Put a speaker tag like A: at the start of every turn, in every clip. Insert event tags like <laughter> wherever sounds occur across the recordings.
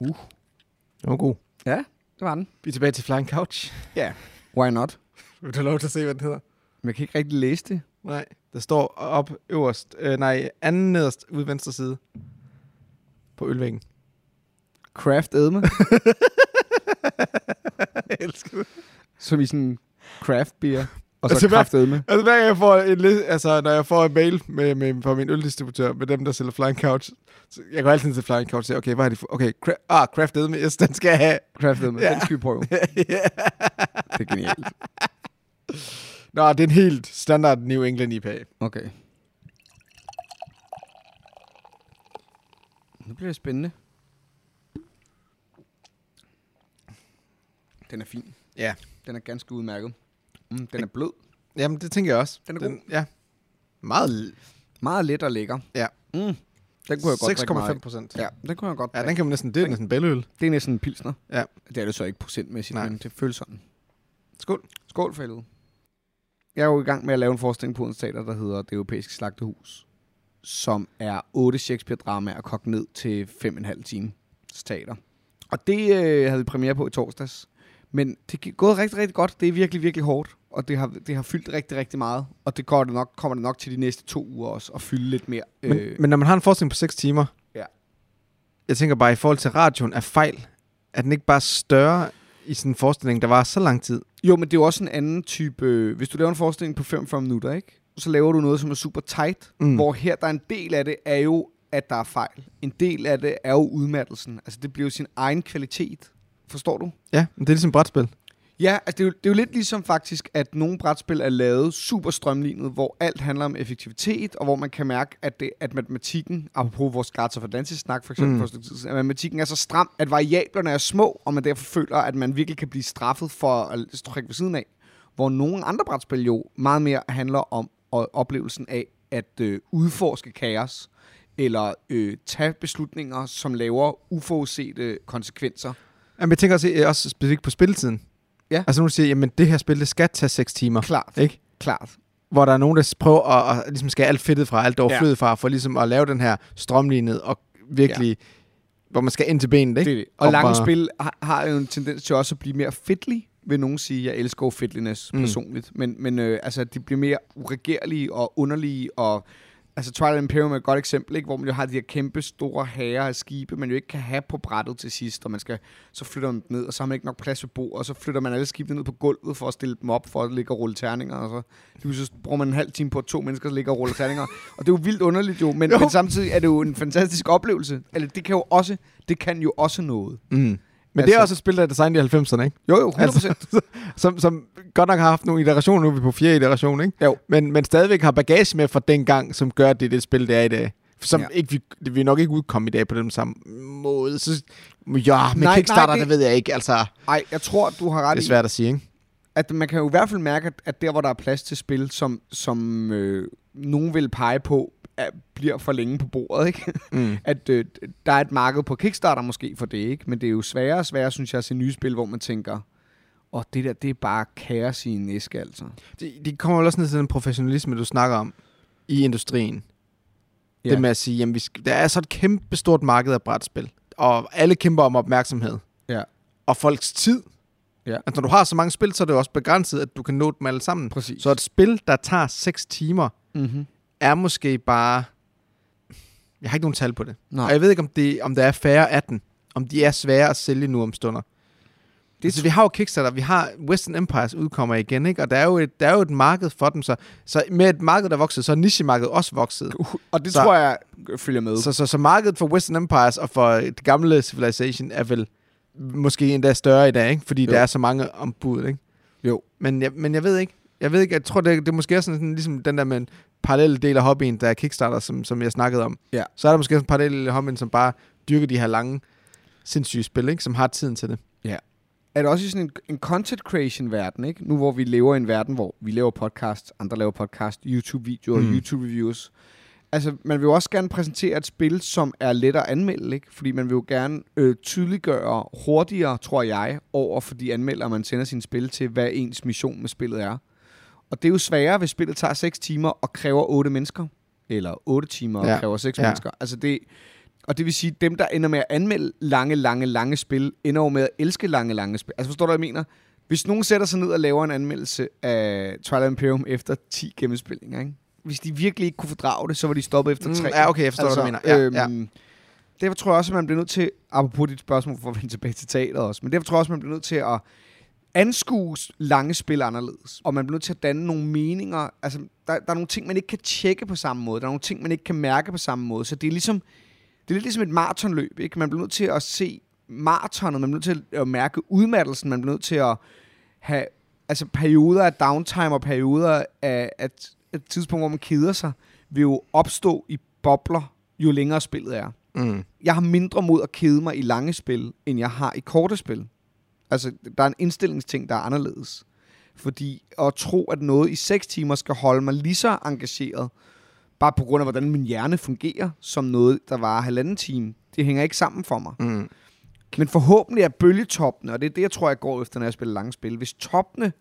A: Uh,
B: Den var god.
A: ja, det var den.
B: Vi er tilbage til Flying Couch.
A: Why not?
B: <laughs> Vil du have lov til at se, hvad den hedder?
A: Men jeg kan ikke rigtig læse det.
B: Nej. Der står op øverst, øh, nej, anden nederst ude venstre side på ølvæggen.
A: Craft edme,
B: <laughs>
A: <laughs>
B: Jeg elsker det.
A: som i sådan craft beer. Og
B: Altså,
A: så altså,
B: hvad-
A: craft edme.
B: Altså, hver gang jeg får en list, altså, når jeg får en mail med, med, fra min øldistributør med dem, der sælger Flying Couch, så jeg går altid til Flying Couch og siger, okay, hvad har de for? Okay, cra- ah, Craft Edme, yes, den skal jeg have.
A: Craft
B: <laughs>
A: edme,
B: Ja.
A: den skal vi prøve. Det er genialt.
B: Nå, det er en helt standard New England IPA.
A: Okay. Nu bliver det spændende. Den er fin.
B: Ja.
A: Den er ganske udmærket. Mm, den er blød.
B: Jamen, det tænker jeg også.
A: Den er god.
B: Ja. Meget l-
A: Meget let og lækker.
B: Ja.
A: Mm, den kunne jeg godt drikke meget
B: 6,5
A: af.
B: procent.
A: Ja, den kunne jeg godt
B: ja,
A: drikke.
B: den kan man næsten, det er næsten bæløl.
A: Det er næsten en pilsner.
B: Ja.
A: Det er det så ikke procentmæssigt,
B: Nej.
A: Nej. men det føles sådan.
B: Skål.
A: Skål for helvede. Jeg er jo i gang med at lave en forestilling på Odense Teater, der hedder Det Europæiske Slagtehus, som er otte Shakespeare-dramaer kogt ned til fem og en halv time teater. Og det øh, havde vi premiere på i torsdags. Men det er gået rigtig, rigtig godt. Det er virkelig, virkelig hårdt. Og det har, det har fyldt rigtig, rigtig meget. Og det går det nok, kommer det nok til de næste to uger også at fylde lidt mere.
B: Men, øh. men når man har en forestilling på 6 timer,
A: Ja.
B: jeg tænker bare, i forhold til radioen, er fejl, er den ikke bare større i sådan en forestilling, der var så lang tid?
A: Jo, men det er jo også en anden type... øh, Hvis du laver en forestilling på 45 minutter, ikke? Så laver du noget, som er super tight.
B: Mm.
A: Mm. Hvor her, der er en del af det, er jo, at der er fejl. En del af det er jo udmattelsen. Altså, det bliver jo sin egen kvalitet. Forstår du?
B: Ja, men det er ligesom et brætspil.
A: Ja, altså, det, er jo, det er jo lidt ligesom faktisk, at nogle brætspil er lavet super strømlignet, hvor alt handler om effektivitet, og hvor man kan mærke, at, det, at matematikken, apropos vores Garts for snak for eksempel,
B: Mm.
A: mm. for et stykke tid siden, at matematikken er så stram, at variablerne er små, og man derfor føler, at man virkelig kan blive straffet for at trække ved siden af. Hvor nogle andre brætspil jo meget mere handler om og oplevelsen af at øh, udforske kaos, eller øh, tage beslutninger, som laver uforudsete konsekvenser.
B: Jamen, jeg tænker også, eh, også specifikt på spilletiden.
A: Ja.
B: Altså, nu siger jamen, det her spil, det skal tage 6 timer.
A: Klart,
B: Ikke?
A: klart.
B: Hvor der er nogen, der s- prøver at, at ligesom skære alt fedtet fra, alt overflødet ja.
A: Ja.
B: fra, for ligesom at lave den her strømlignet og virkelig, ja. hvor man skal ind til benet, ikke?
A: Det er det. Og lange
B: bare-
A: spil har, har jo en tendens til også at blive mere fedtlige, vil nogen sige. Jeg elsker jo fedtliness
B: Mm.
A: mm. personligt. Men, men øh, altså, de bliver mere uregerlige og underlige. Og, altså, Twilight Imperium er et godt eksempel, ikke? hvor man jo har de her kæmpe store hager af skibe, man jo ikke kan have på brættet til sidst. Og man skal, så flytter man dem ned, og så har man ikke nok plads ved bord, og så flytter man alle skibene ned på gulvet for at stille dem op, for at ligge og rulle terninger. Og så, lige så bruger man en halv time på, at to mennesker ligger og ruller terninger. Og det er jo vildt underligt jo, men,
B: Jo.
A: jo. men samtidig er det jo en fantastisk oplevelse. Eller det kan jo også, det kan jo også noget.
B: Mm. Men altså, det er
A: Altså-
B: også et spil, der er designet i 90'erne, ikke?
A: Jo, jo, 100%.
B: Altså, som, som godt nok har haft nogle iterationer, nu er vi på fjerde iteration, ikke?
A: Jo.
B: Men, men stadigvæk har bagage med fra dengang, som gør, at det er det spil, det er i dag. Som ja.
A: Ja.
B: ikke, vi, det vil nok ikke udkomme i dag på den samme måde. Så, ja, med
A: Nej,
B: Kickstarter,
A: nej,
B: det...
A: det-
B: det ved jeg ikke. Altså, det
A: Ej, jeg tror, du har ret
B: er
A: i,
B: svært at sige, ikke?
A: at man kan jo i hvert fald mærke, at- at der, hvor der er plads til spil, som, som øh, nogen vil pege på, er, bliver for længe på bordet, ikke?
B: Mm.
A: <laughs> At øh, der er et marked på Kickstarter måske for det, ikke? Men det er jo sværere og sværere, synes jeg, at se nye spil, hvor man tænker, og det der, det er bare kaos i en æske, altså.
B: Det, det kommer jo også ned til den professionalisme, du snakker om i industrien. Ja.
A: Ja.
B: Det med at sige, jamen, vi skal, der er så et kæmpe stort marked af brætspil, og alle kæmper om opmærksomhed.
A: Ja.
B: Og folks tid.
A: Ja.
B: Altså, når du har så mange spil, så er det jo også begrænset, at du kan nå dem alle sammen.
A: Præcis.
B: Så et spil, der tager 6 timer,
A: Mm-hmm.
B: er måske bare... Jeg har ikke nogen tal på det. Og
A: Nej,
B: jeg ved ikke, om, det, om der er færre af den. Om de er svære at sælge nu om stunder. Det altså, vi har jo Kickstarter, vi har Western Empires udkommer igen, ikke? og der er, jo et, der er jo et marked for dem. Så, så med et marked, der voksede, så er nichemarkedet også vokset.
A: og det
B: så-
A: så, tror jeg øh, følger med.
B: Så, så, så markedet for Western Empires og for det gamle Civilization er vel måske endda større i dag, ikke? fordi jo.
A: Jo.
B: der er så mange ombud. Ikke?
A: Jo.
B: Men jeg, men jeg ved ikke. Jeg ved ikke, jeg tror, det, det er måske også sådan, ligesom den der med en parallel del af hobbyen, der er Kickstarter, som, som jeg snakkede om.
A: Ja.
B: Så er der måske også en parallel del af hobbyen, som bare dyrker de her lange, sindssyge spil, ikke? som har tiden til det.
A: er det også i sådan en, en content creation verden, ikke? Nu hvor vi lever i en verden, hvor vi laver podcast, andre laver podcast, YouTube-videoer,
B: Mm.
A: mm. YouTube-reviews. Altså, man vil jo også gerne præsentere et spil, som er let at anmelde, ikke? Fordi man vil jo gerne øh, tydeliggøre hurtigere, tror jeg, over for de anmelder, man sender sine spil til, hvad ens mission med spillet er. Og det er jo sværere, hvis spillet tager 6 timer og kræver 8 mennesker. Eller 8 timer og
B: Ja.
A: kræver 6
B: Ja.
A: ja. mennesker. Altså, det, Og det vil sige, dem, der ender med at anmelde lange, lange, lange spil, ender jo med at elske lange, lange spil. Altså forstår du, hvad jeg mener? Hvis nogen sætter sig ned og laver en anmeldelse af Twilight Imperium efter 10 gennemspillinger, ikke? hvis de virkelig ikke kunne fordrage det, så var de stoppet efter
B: Mm,
A: 3.
B: ja, okay, jeg forstår, hvad du mener. Ja,
A: øhm, Derfor tror jeg også, at man bliver nødt til, apropos dit spørgsmål for at vende tilbage til teateret også, men derfor tror jeg også, at man bliver nødt til at anskue lange spil anderledes. Og man bliver nødt til at danne nogle meninger. Altså, der, der er nogle ting, man ikke kan tjekke på samme måde. Der er nogle ting, man ikke kan mærke på samme måde. Så det er ligesom, det er lidt ligesom et maratonløb, ikke? Man bliver nødt til at se maratonet, man bliver nødt til at- at mærke udmattelsen, man bliver nødt til at have altså perioder af downtime og perioder af, af, af tidspunkt, hvor man keder sig, vil jo opstå i bobler, jo længere spillet er
B: Mm.
A: jeg har mindre mod at kede mig i lange spil, end jeg har i korte spil. Altså, der er en indstillingsting, der er anderledes. Fordi at tro, at noget i 6 timer skal holde mig lige så engageret, bare på grund af, hvordan min hjerne fungerer, som noget, der var halvanden time, det hænger ikke sammen for mig.
B: Mm.
A: Men forhåbentlig er bølgetoppene, og det er det, jeg tror, jeg går efter, når jeg spiller lange spil. Hvis toppene,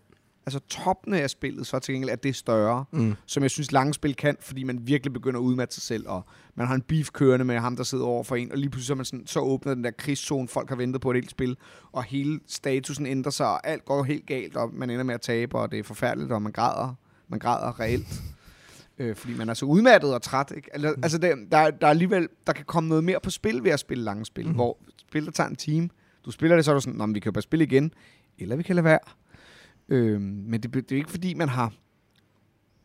A: altså toppene af spillet, så til gengæld er det større,
B: Mm.
A: som jeg synes, lange spil kan, fordi man virkelig begynder at udmatte sig selv, og man har en beef kørende med ham, der sidder over for en, og lige pludselig så, er man sådan, så åbner den der krigszone, folk har ventet på et helt spil, og hele statusen ændrer sig, og alt går helt galt, og man ender med at tabe, og det er forfærdeligt, og man græder. Man græder reelt. <laughs> Øh, fordi man er så udmattet og træt. Ikke? Eller, Altså, det, der, er- der, er alligevel, der kan komme noget mere på spil ved at spille lange spil, mm-hmm. hvor spil, der tager en time, du spiller det, så er du sådan, Nå, men vi kan jo bare spille igen, eller vi kan lade være. Øh, men det, det er ikke, fordi man har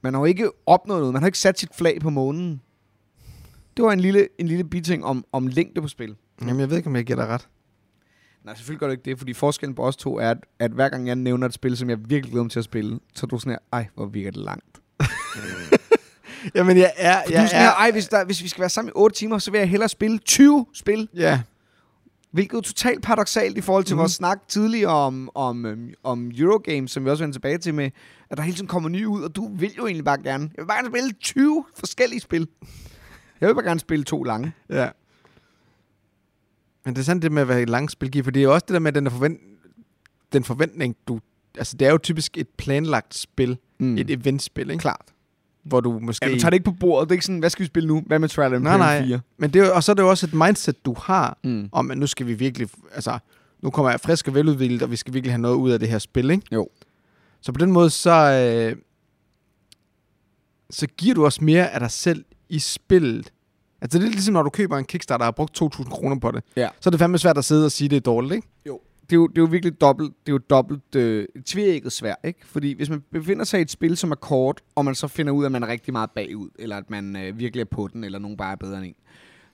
A: man har jo ikke opnået noget. Man har ikke sat sit flag på månen. Det var en lille, en lille biting om, om længde på spil.
B: Jamen, jeg ved ikke, om jeg giver dig ret.
A: Nej, selvfølgelig gør du ikke det, fordi forskellen på os to er, at, at hver gang jeg nævner et spil, som jeg virkelig glæder mig til at spille, så er du sådan her, ej, hvor virker det langt.
B: Jamen, jeg er...
A: Ja, du er sådan her, ej, hvis, der, hvis vi skal være sammen i 8 timer, så vil jeg hellere spille 20 spil,
B: Ja,
A: hvilket er totalt paradoxalt i forhold til mm. vores snak tidligere om, om, øhm, om Eurogames, som vi også vender tilbage til med, at der hele tiden kommer nye ud, og du vil jo egentlig bare gerne. Jeg vil bare gerne spille 20 forskellige spil. Jeg vil bare gerne spille to lange.
B: ja. Men det er sandt det med at være et langt spil, Guy, for det er jo også det der med den, der forvent... den forventning, du... Altså, det er jo typisk et planlagt spil, mm. et eventspil, ikke? Klart. Hvor du måske...
A: Ja, du tager det ikke på bordet. Det er ikke sådan, hvad skal vi spille nu? Hvad med Trial
B: Nej, nej.
A: 4?
B: Men det er jo, og så er det jo også et mindset, du har,
A: Mm.
B: om, at nu skal vi virkelig, altså, nu kommer jeg frisk og veludviklet, og vi skal virkelig have noget ud af det her spil, ikke?
A: Jo.
B: Så på den måde, så, øh, så giver du også mere af dig selv i spillet. Altså, det er lidt ligesom, når du køber en Kickstarter og har brugt 2.000 kroner på det.
A: Ja.
B: Så er det fandme svært at sidde og sige, at det er dårligt, ikke?
A: Det er, jo, det er jo virkelig dobbelt, det er jo dobbelt øh, tvækket svært, ikke? Fordi hvis man befinder sig i et spil, som er kort, og man så finder ud af, at man er rigtig meget bagud, eller at man øh, virkelig er på den, eller nogen bare er bedre end en,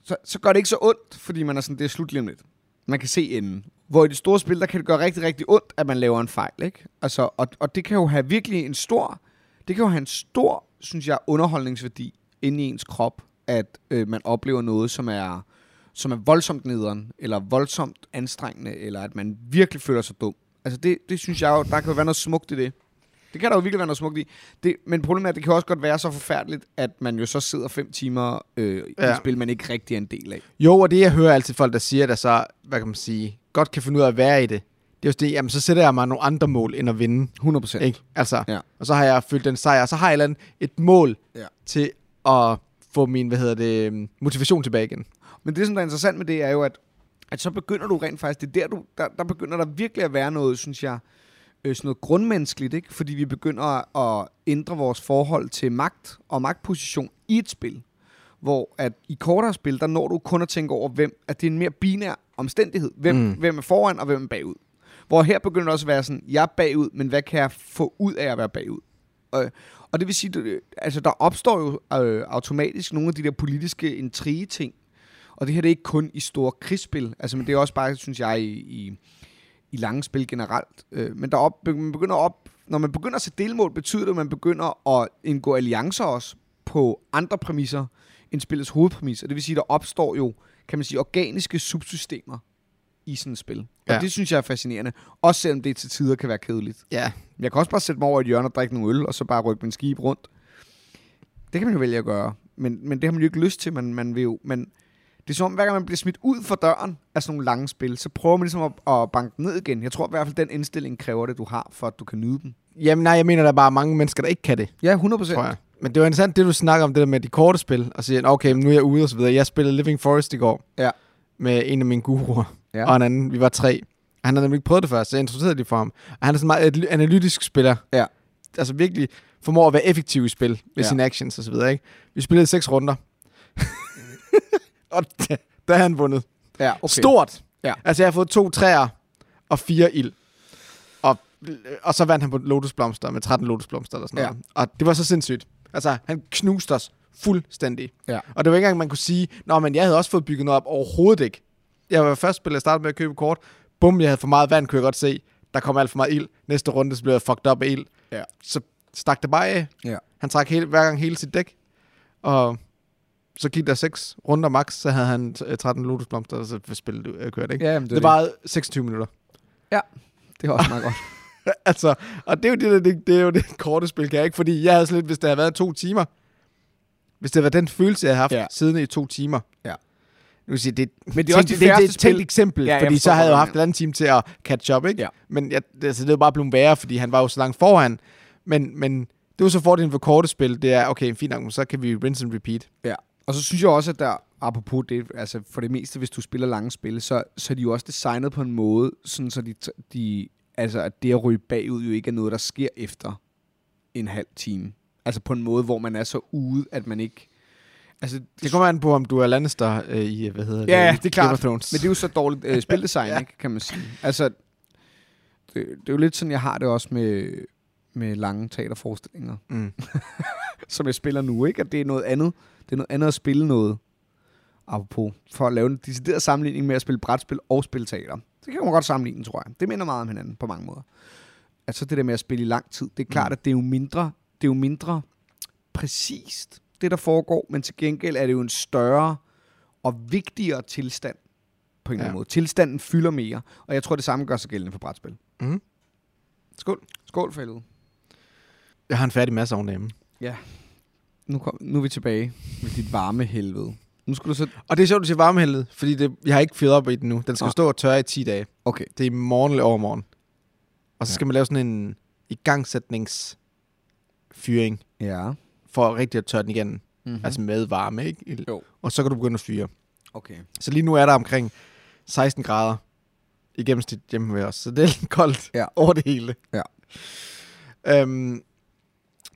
A: så, så gør det ikke så ondt, fordi man er sådan, det er slut lige om lidt. Man kan se enden. Hvor i det store spil, der kan det gøre rigtig, rigtig ondt, at man laver en fejl, ikke? Altså, og, og det kan jo have virkelig en stor, det kan jo have en stor, synes jeg, underholdningsværdi inde i ens krop, at øh, man oplever noget, som er, som er voldsomt nederen, eller voldsomt anstrengende, eller at man virkelig føler sig dum. Altså, det, det synes jeg jo, der kan jo være noget smukt i det. Det kan der jo virkelig være noget smukt i. Det, men problemet er, at det kan også godt være så forfærdeligt, at man jo så sidder fem timer øh, i ja.
B: Ja.
A: et spil, man ikke rigtig er en del af.
B: Jo, og det jeg hører altid folk, der siger, der så, hvad kan man sige, godt kan finde ud af at være i det. Det er jo det, jamen så sætter jeg mig nogle andre mål end at vinde.
A: 100 procent.
B: Ikke? Altså,
A: Ja.
B: ja. Og så har jeg fyldt den sejr, og så har jeg et, eller andet, et mål
A: Ja.
B: ja. til at få min, hvad hedder det, øhm, motivation tilbage igen.
A: Men det, som der er interessant med det, er jo, at, at så begynder du rent faktisk, det er der, du, der, der begynder der virkelig at være noget, synes jeg, øh, sådan noget grundmenneskeligt, ikke? fordi vi begynder at, at ændre vores forhold til magt og magtposition i et spil, hvor at i kortere spil, der når du kun at tænke over, hvem, at det er en mere binær omstændighed, hvem, mm.
B: Mm.
A: hvem er foran og hvem er bagud. Hvor her begynder det også at være sådan, jeg er bagud, men hvad kan jeg få ud af at være bagud? Og, og det vil sige, det- altså der opstår jo øh, automatisk nogle af de der politiske intrige-ting, og det her det er ikke kun i store krigsspil, altså, men det er også bare, synes jeg, i, i, i lange spil generelt. Øh, men der op, be- man begynder op, når man begynder at sætte delmål, betyder det, at man begynder at indgå alliancer også på andre præmisser end spillets hovedpræmis. Og det vil sige, der opstår jo, kan man sige, organiske subsystemer i sådan et spil. Og ja.
B: Ja.
A: det synes jeg er fascinerende. Også selvom det til tider kan være kedeligt.
B: Ja.
A: Jeg kan også bare sætte mig over i et hjørne og drikke nogle øl, og så bare rykke min skib rundt. Det kan man jo vælge at gøre. Men, men det har man jo ikke lyst til. Man, man vil jo, man, det er som om, hver gang man bliver smidt ud for døren af sådan nogle lange spil, så prøver man ligesom at, at banke den ned igen. Jeg tror i hvert fald, den indstilling kræver det, du har, for at du kan nyde dem.
B: Jamen nej, jeg mener, der er bare mange mennesker, der ikke kan det,
A: Ja, 100 procent.
B: tror jeg. Men det var interessant, det du snakker om, det der med de korte spil, og siger, okay, men nu er jeg ude og så videre. Jeg spillede Living Forest i går
A: Ja.
B: med en af mine guruer,
A: Ja.
B: og en anden, vi var tre. Han havde nemlig ikke prøvet det først, så jeg introducerede det for ham. Og han er sådan meget et analytisk spiller.
A: Ja.
B: Altså virkelig formår at være effektiv i spil med
A: Ja.
B: sine actions og så videre, ikke? Vi spillede seks runder. <laughs> og der, der har han vundet.
A: Ja,
B: Okay. Stort!
A: Ja.
B: Altså jeg har fået to træer og fire ild. Og, og så vandt han på lotusblomster med 13 lotusblomster eller sådan
A: Ja.
B: noget. Og det var så sindssygt. Altså han knuste os fuldstændig.
A: Ja.
B: Og det var ikke engang, man kunne sige, Nå, men jeg havde også fået bygget noget op overhovedet ikke. Jeg var først spiller, jeg startede med at købe kort. Bum, jeg havde for meget vand, kunne jeg godt se. Der kom alt for meget ild. Næste runde, så blev jeg fucked op af ild.
A: Ja.
B: Så stak det bare af.
A: Ja.
B: Han trak hele, hver gang hele sit dæk. Og så gik der seks runder max, så havde han øh, 13 lotusblomster, og så spillet øh, kørte, ikke?
A: Ja, jamen, det,
B: det,
A: er
B: det varede 26 minutter.
A: det. det var også meget godt.
B: <laughs> altså, og det er jo det, der, det, det, er jo det korte spil, kan jeg ikke? Fordi jeg havde sådan lidt, hvis det havde været to timer, hvis det havde været den følelse, jeg havde haft
A: Ja.
B: ja. siden i to timer.
A: Ja.
B: Nu vil sige, det,
A: Men det er også de
B: det, det,
A: færreste
B: er et tænkt
A: spil-
B: eksempel,
A: Ja,
B: ja,
A: jeg
B: fordi
A: forstår,
B: så havde jeg
A: hvad du
B: haft en
A: mener.
B: anden time til at catch up, ikke?
A: Ja.
B: Men jeg, altså, det var bare blevet værre, fordi han var jo så langt foran. Men, men det var så fordelen for korte spil, det er, okay, fint nok, men så kan vi rinse and repeat.
A: Ja, og så synes jeg også, at der, apropos det, altså for det meste, hvis du spiller lange spil, så, så er de jo også designet på en måde, sådan så de, de, altså at det at ryge bagud jo ikke er noget, der sker efter en halv time. Altså på en måde, hvor man er så ude, at man ikke... Altså,
B: Det kommer an på, om du er Lannister øh, i, hvad hedder det?
A: Ja, det er klart.
B: Game of Thrones.
A: Men det er jo så dårligt øh, spildesign,
B: Ja.
A: ikke, kan man sige. Altså, det, det er jo lidt sådan, jeg har det også med, med lange teaterforestillinger,
B: Mm.
A: som jeg spiller nu, ikke? At det er noget andet. Det er noget andet at spille noget, apropos, for at lave en decideret sammenligning med at spille brætspil og spille teater. Det kan man godt sammenligne, tror jeg. Det minder meget om hinanden på mange måder. Altså det der med at spille i lang tid, det er klart, mm.
B: Mm.
A: at det er jo mindre, det er jo mindre præcist, det der foregår, men til gengæld er det jo en større og vigtigere tilstand på en eller
B: Ja.
A: anden måde. Tilstanden fylder mere, og jeg tror, det samme gør sig gældende for brætspil.
B: Mhm.
A: Skål. Skål for helvede.
B: Jeg har en færdig masse oven derhjemme.
A: Nu, kom, nu er vi tilbage med dit varme helvede. Nu skulle du så...
B: Og det er sjovt, du siger varmehældet, fordi det, jeg har ikke fyret op i den nu. Den skal
A: Nej.
B: stå og tørre i 10 dage.
A: Okay.
B: Det er i morgen eller overmorgen. Og så
A: Ja.
B: skal man lave sådan en igangsætningsfyring,
A: Ja.
B: for rigtig at tørre den igen. Mm-hmm.
A: Mm-hmm.
B: Altså med varme, ikke?
A: Jo.
B: Og så kan du begynde at fyre.
A: okay.
B: Så lige nu er der omkring 16 grader i gennemsnit hjemme ved os. Så det er <laughs> lidt koldt
A: Ja.
B: over det hele.
A: Ja.
B: Øhm,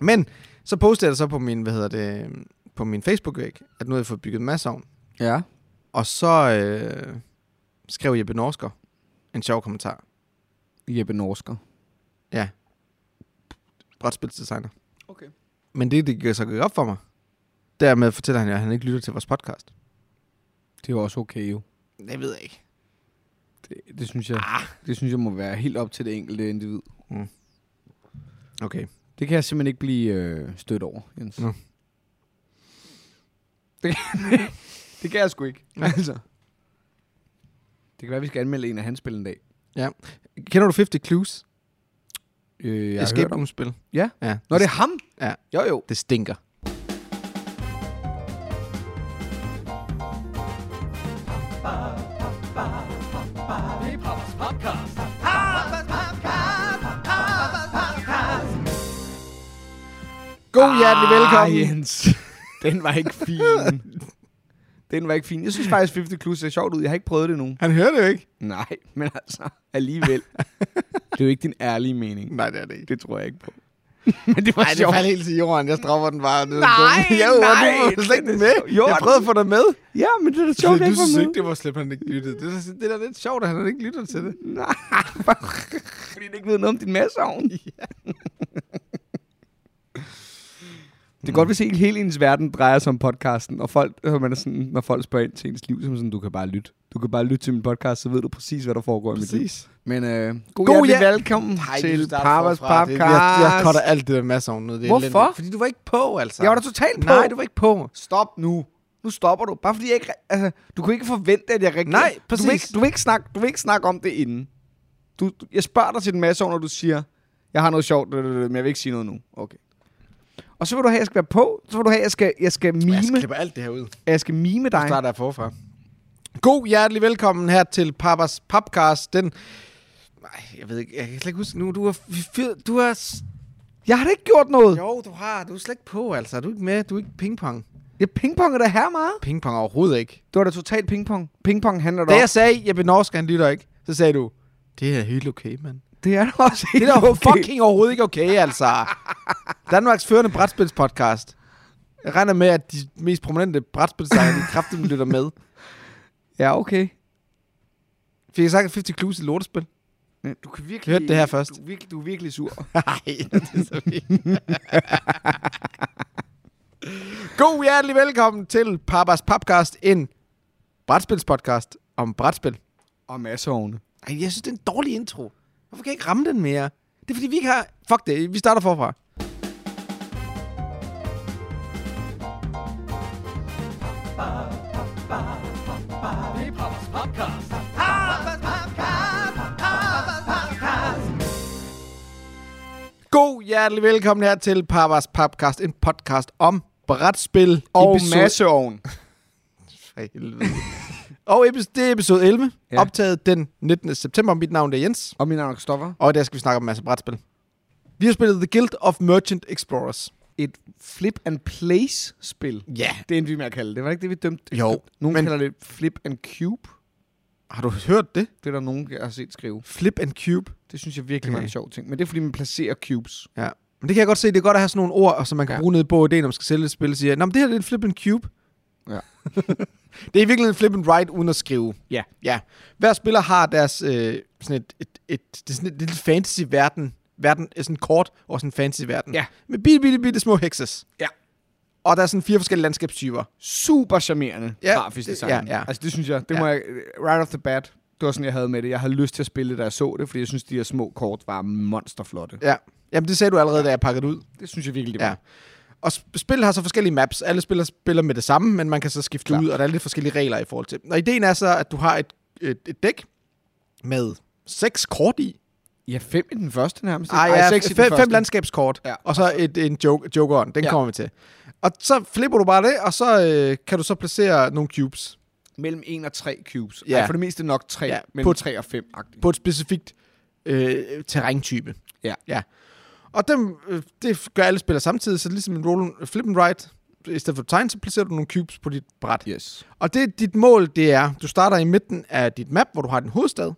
B: men så postede jeg det så på min, hvad hedder det, på min Facebook-væg, at nu har jeg fået bygget en masse ovn.
A: Ja.
B: Og så øh, skrev Jeppe Norsker en sjov kommentar.
A: Jeppe Norsker.
B: Brætspilsdesigner.
A: Okay.
B: Men det, det gik- så gik op for mig, dermed fortæller han jo, at han ikke lytter til vores podcast.
A: Det er jo også okay, jo.
B: Det ved jeg ikke.
A: Det, det, synes jeg, det synes jeg må være helt op til det enkelte individ.
B: Okay.
A: Det kan jeg simpelthen ikke blive øh, stødt over, Jens.
B: Nå.
A: <laughs> Det, det kan jeg sgu ikke.
B: altså.
A: Det kan være, at vi skal anmelde en af hans spil en dag.
B: Kender du 50 Clues?
A: Øh, jeg
B: Escape Room-spil.
A: Ja.
B: ja.
A: Nå, det er ham?
B: Ja.
A: Jo, jo.
B: Det stinker. God hjertelig
A: Ah,
B: velkommen.
A: Jens. <laughs> Den var ikke fin. Den var ikke fin. Jeg synes faktisk, 50 Clues ser sjovt ud. Jeg har ikke prøvet det endnu.
B: Han hører det jo ikke.
A: Nej, men altså, alligevel. det er jo ikke din ærlige mening.
B: Nej, det er det ikke.
A: Det tror jeg ikke <laughs> på. men det var
B: Nej, det
A: sjovt.
B: faldt helt til jorden. Jeg stropper den bare. Det er
A: Nej,
B: dumt. <laughs> jo, og
A: nej,
B: Du var slet ikke
A: det er
B: med.
A: sjovt.
B: Jeg prøvede at få dig med.
A: Ja, men det er da sjovt, jeg ikke var med.
B: det var slet, han ikke lyttede. Det er, det er lidt sjovt, at han ikke lytter til det.
A: <laughs> Nej, fordi det ikke ved noget om din masseovn. Ja. Det er godt, hvis ikke hele ens verden drejer sig om podcasten, og folk, øh, man er sådan, når folk spørger ind til ens liv, så er man sådan, du kan bare lytte. Du kan bare lytte til min podcast, så ved du præcis, hvad der foregår i mit liv.
B: Præcis.
A: Men øh, god,
B: God
A: god hjertelig
B: hjert-
A: velkommen
B: Ej,
A: til
B: du starter
A: Papas
B: forfra.
A: Podcast.
B: Det- Jeg, jeg cutter alt det der masser om nu. Det er
A: Hvorfor?
B: elendigt. Fordi du var ikke på, altså.
A: Jeg var da totalt på.
B: Nej, du var ikke på.
A: Stop nu. Nu stopper du. Bare fordi jeg ikke... re- Altså, du kunne ikke forvente, at jeg rigtig...
B: Nej,
A: Du vil,
B: præcis.
A: ikke, du, vil ikke snakke, du vil ikke snakke om det inden. Du, du, jeg spørger dig til en masse år, når du siger, jeg har noget sjovt, øh, øh, øh, men jeg vil ikke sige noget nu. Okay. Og så vil du have, at jeg skal være på. Så vil du have, at jeg skal, jeg skal mime,
B: Jeg
A: jeg skal,
B: klipper alt det her ud.
A: jeg skal mime dig.
B: Du starter jeg forfra. God hjertelig velkommen her til Papas Podcast. Den... Nej, jeg ved ikke. Jeg kan slet ikke huske nu. Du har... fyret- Du har...
A: Jeg har da ikke gjort noget. Jo.
B: Jo, du har. Du er slet ikke på, altså. Du er ikke med. Du er ikke pingpong.
A: Jeg pingponger da her meget.
B: Pingpong overhovedet ikke.
A: Det var da totalt pingpong. Pingpong handler
B: Da
A: da
B: jeg
A: om.
B: sagde, Jeppe Norsk, han lytter ikke, så sagde du, det er helt okay, mand.
A: Det er da også
B: Det <laughs> er da
A: helt okay.
B: fucking overhovedet ikke okay, altså. Danmarks førende brætspilspodcast. Jeg regner med, at de mest prominente brætspilsangere, de kraftigt lytter med.
A: Ja, okay.
B: Fik jeg sagt, at 50 Clues er et lortespil?
A: Men Du kan virkelig...
B: Jeg hørte det her først.
A: Du, er virkelig, du er virkelig sur.
B: <laughs> Nej, det er så fint. <laughs> God hjertelig velkommen til Papas Podcast, en brætspilspodcast om brætspil.
A: Og masseovne.
B: Ej, jeg synes, det er en dårlig intro. Hvorfor kan jeg ikke ramme den mere? Det er fordi, vi ikke har... Fuck det, vi starter forfra. God hjertelig velkommen her til Papas Podcast, en podcast om brætspil.
A: Og
B: Episode-
A: masseovn.
B: for <laughs> helvede. og epi- det er episode 11,
A: Ja.
B: ja. optaget den 19. september. Mit navn det er Jens,
A: Og min navn er Christoffer.
B: og i dag skal vi snakke om en masse brætspil. Vi har spillet The Guild of Merchant Explorers.
A: Et flip and place-spil.
B: Ja.
A: Det endte vi med at kalde det. Var det ikke det, vi dømte?
B: Jo,
A: Nogen men...
B: men-
A: kalder det flip and cube.
B: Har du hørt det?
A: Det er der nogen, jeg har set skrive.
B: Flip and Cube.
A: Det synes jeg virkelig var en
B: Okay.
A: sjov ting. Men det er, fordi man placerer cubes.
B: Ja. Men det kan jeg godt se, det er godt at have sådan nogle ord, og så man kan
A: Ja.
B: ja. bruge ned på ideen, når man skal sælge et spil, siger, Nå, men det her det er et Flip and Cube.
A: Ja.
B: <laughs> det er virkelig en Flip and Write uden at skrive.
A: Ja.
B: Ja. Hver spiller har deres øh, sådan et, et, et, det er sådan et lille fantasy-verden. Verden er sådan kort og sådan en fantasy-verden.
A: Ja.
B: Med bitte, bitte, bitte små hekses.
A: Ja.
B: Og der er sådan fire forskellige landskabstyper.
A: Super charmerende ja,
B: Ja,
A: grafisk
B: det-
A: design.
B: ja, ja.
A: Altså, det synes jeg, det
B: Ja.
A: må jeg, right off the bat, det var sådan, jeg havde med det. Jeg havde lyst til at spille det, da jeg så det, fordi jeg synes, de her små kort var monsterflotte.
B: Ja. Jamen, det sagde du allerede, da jeg pakkede det ud.
A: Det synes jeg virkelig, det var.
B: Ja. Og sp- spillet har så forskellige maps. Alle spillere spiller med det samme, men man kan så skifte
A: Klart.
B: ud, og der er lidt forskellige regler i forhold til. Og ideen er så, at du har et, et, et dæk med seks kort i.
A: Ja, fem i den første nærmest.
B: Ej, ja, seks fem, fem landskabskort,
A: Ja.
B: ja. og så et, en joke, jokeren. Den
A: Ja.
B: ja. kommer vi til. Og så flipper du bare det, og så øh, kan du så placere nogle cubes
A: Mellem en og tre cubes. Ja.
B: Ja.
A: Ej, for det meste nok tre. Ja.
B: Ja,
A: Mellem
B: på-
A: tre og fem. -agtigt.
B: på et specifikt øh, terræntype.
A: Ja.
B: ja. Og dem, øh, det gør alle spillere samtidig, så ligesom en roll, and- flip and write, i stedet for tegn, så placerer du nogle cubes på dit bræt.
A: Yes.
B: Og det dit mål, det er, du starter i midten af dit map, hvor du har din hovedstad.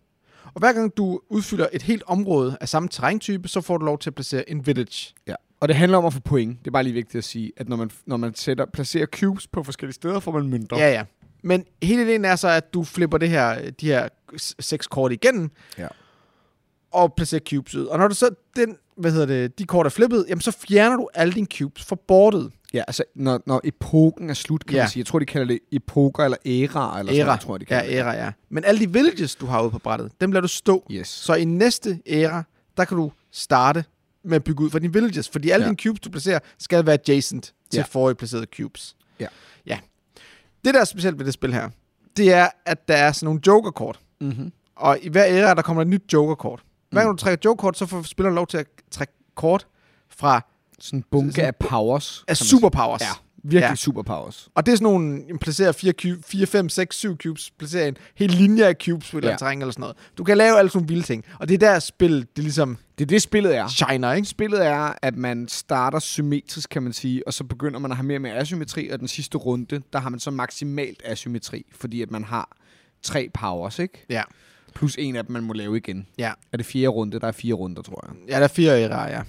B: Og hver gang du udfylder et helt område af samme terræntype, så får du lov til at placere en village.
A: Ja. Og det handler om at få point. Det er bare lige vigtigt at sige, at når man, når man sætter, placerer cubes på forskellige steder, får man mønter.
B: Ja, ja. Men hele ideen er så, at du flipper det her, de her s- seks kort igennem,
A: Ja.
B: og placerer cubes ud. Og når du så den, hvad hedder det, de kort er flippet, jamen så fjerner du alle dine cubes fra bordet.
A: ja altså, når, når epoken er slut, kan ja.
B: Ja.
A: man sige. Jeg tror, de kalder det epoker eller æra. Eller Sådan,
B: Æra.
A: jeg tror, de kalder
B: Ja, æra, ja. Men alle de villages, du har ude på brættet, dem lader du stå.
A: det. Yes.
B: Så i næste æra, der kan du starte med at bygge ud for dine villages, fordi alle ja.
A: Ja.
B: dine cubes, du placerer, skal være adjacent til
A: Ja.
B: ja. forrige placerede cubes.
A: Ja.
B: ja. Det, der er specielt ved det spil her, det er, at der er sådan nogle jokerkort.
A: Mm-hmm. Mm.
B: Og i hver æra, der kommer et nyt jokerkort. Hver gang du trækker et jokerkort, så får spilleren lov til at trække kort fra
A: Sådan en bunke
B: Sådan-
A: af powers.
B: af
A: kan man
B: superpowers.
A: sige. Ja, virkelig ja.
B: Ja.
A: superpowers.
B: Og det er sådan nogle, jamen, placerer 4, cube, 4, 5, 6, 7 cubes, placerer en hel linje af cubes på et eller
A: Ja.
B: andet terræn eller sådan noget. Du kan lave alle sådan nogle vilde ting. Og det er der spil, det ligesom
A: Det er det, spillet er.
B: shiner, ikke?
A: Spillet er, at man starter symmetrisk, kan man sige, og så begynder man at have mere og mere asymmetri, og den sidste runde, der har man så maksimalt asymmetri, fordi at man har tre powers, ikke?
B: Ja.
A: Plus en af dem, man må lave igen.
B: Ja.
A: Er det fjerde runde? Der er fire runder, tror jeg.
B: Ja, der er fire æraer, ja.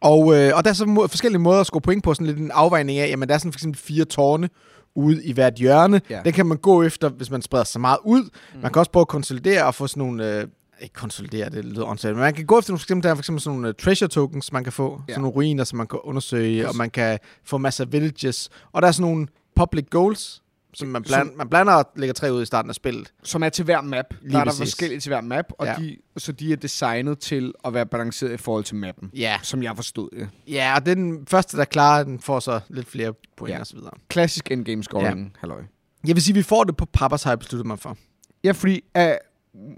B: Og, øh, og der er så må- forskellige måder at score point på, sådan lidt en afvejning af, jamen der er sådan for eksempel fire tårne ude i hvert hjørne.
A: Ja.
B: Ja. Den kan man gå efter, hvis man spreder sig meget ud. Mm. Man kan også prøve at konsolidere og få sådan nogle... Øh, ikke konsolidere, det lyder åndssvagt, men man kan gå efter nogle, for eksempel, der er for eksempel sådan nogle øh, treasure tokens, man kan få,
A: Ja.
B: ja. sådan nogle ruiner, som man kan undersøge,
A: Præcis.
B: og man kan få masser af villages, og der er sådan nogle public goals, som man, bland, man blander og lægger tre ud i starten af spillet.
A: Som er til hver map. Lige der
B: Lige
A: er der
B: præcis.
A: forskellige til hver map, og ja.
B: Ja.
A: de, så de er designet til at være balanceret i forhold til mappen.
B: Ja,
A: Som jeg forstod det.
B: ja og den første, der klarer den, får så lidt flere point
A: Ja.
B: ja. og så videre.
A: Klassisk endgame scoring, ja. halløj.
B: Jeg vil sige, at vi får det på Papas, har jeg besluttet mig for.
A: Ja, fordi uh,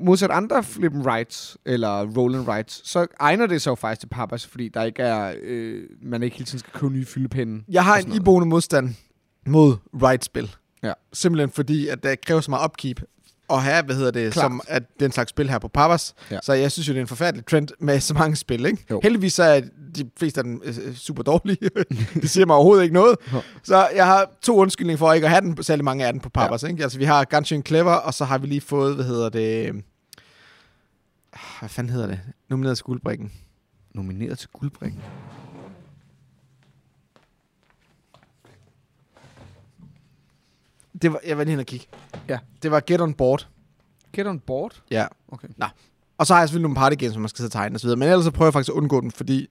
A: modsat andre flip and rights, eller roll and rights, så egner det sig jo faktisk til pappas, fordi der ikke er, øh, man ikke hele tiden skal købe nye fyldepinde.
B: Jeg har
A: og
B: en
A: sådan noget.
B: iboende modstand mod right-spil.
A: Ja.
B: Simpelthen fordi, at det kræver så meget upkeep. at have, hvad hedder det,
A: Klart.
B: Klart. som at den slags spil her på Papas.
A: Ja.
B: Ja. Så jeg synes jo, det er en forfærdelig trend med så mange spil, ikke?
A: Jo.
B: Heldigvis så er de fleste af dem øh, øh, super dårlige. <laughs> det siger mig overhovedet ikke noget.
A: Nå.
B: Så jeg har to undskyldninger for ikke at have den, særlig mange af dem på Papas, ja. ikke? Altså, vi har Genshin Clever, og så har vi lige fået, hvad hedder det... øh, Hvad fanden hedder det? Nomineret til guldbrikken.
A: Nomineret til guldbrikken.
B: Det var, jeg var lige hen og kigge.
A: Ja.
B: Det var Get On Board.
A: Get on board.
B: Ja.
A: Okay.
B: Og så har jeg selvfølgelig nogle partygames, som man skal sidde og tegne og så videre. Men ellers så prøver jeg faktisk at undgå den, fordi...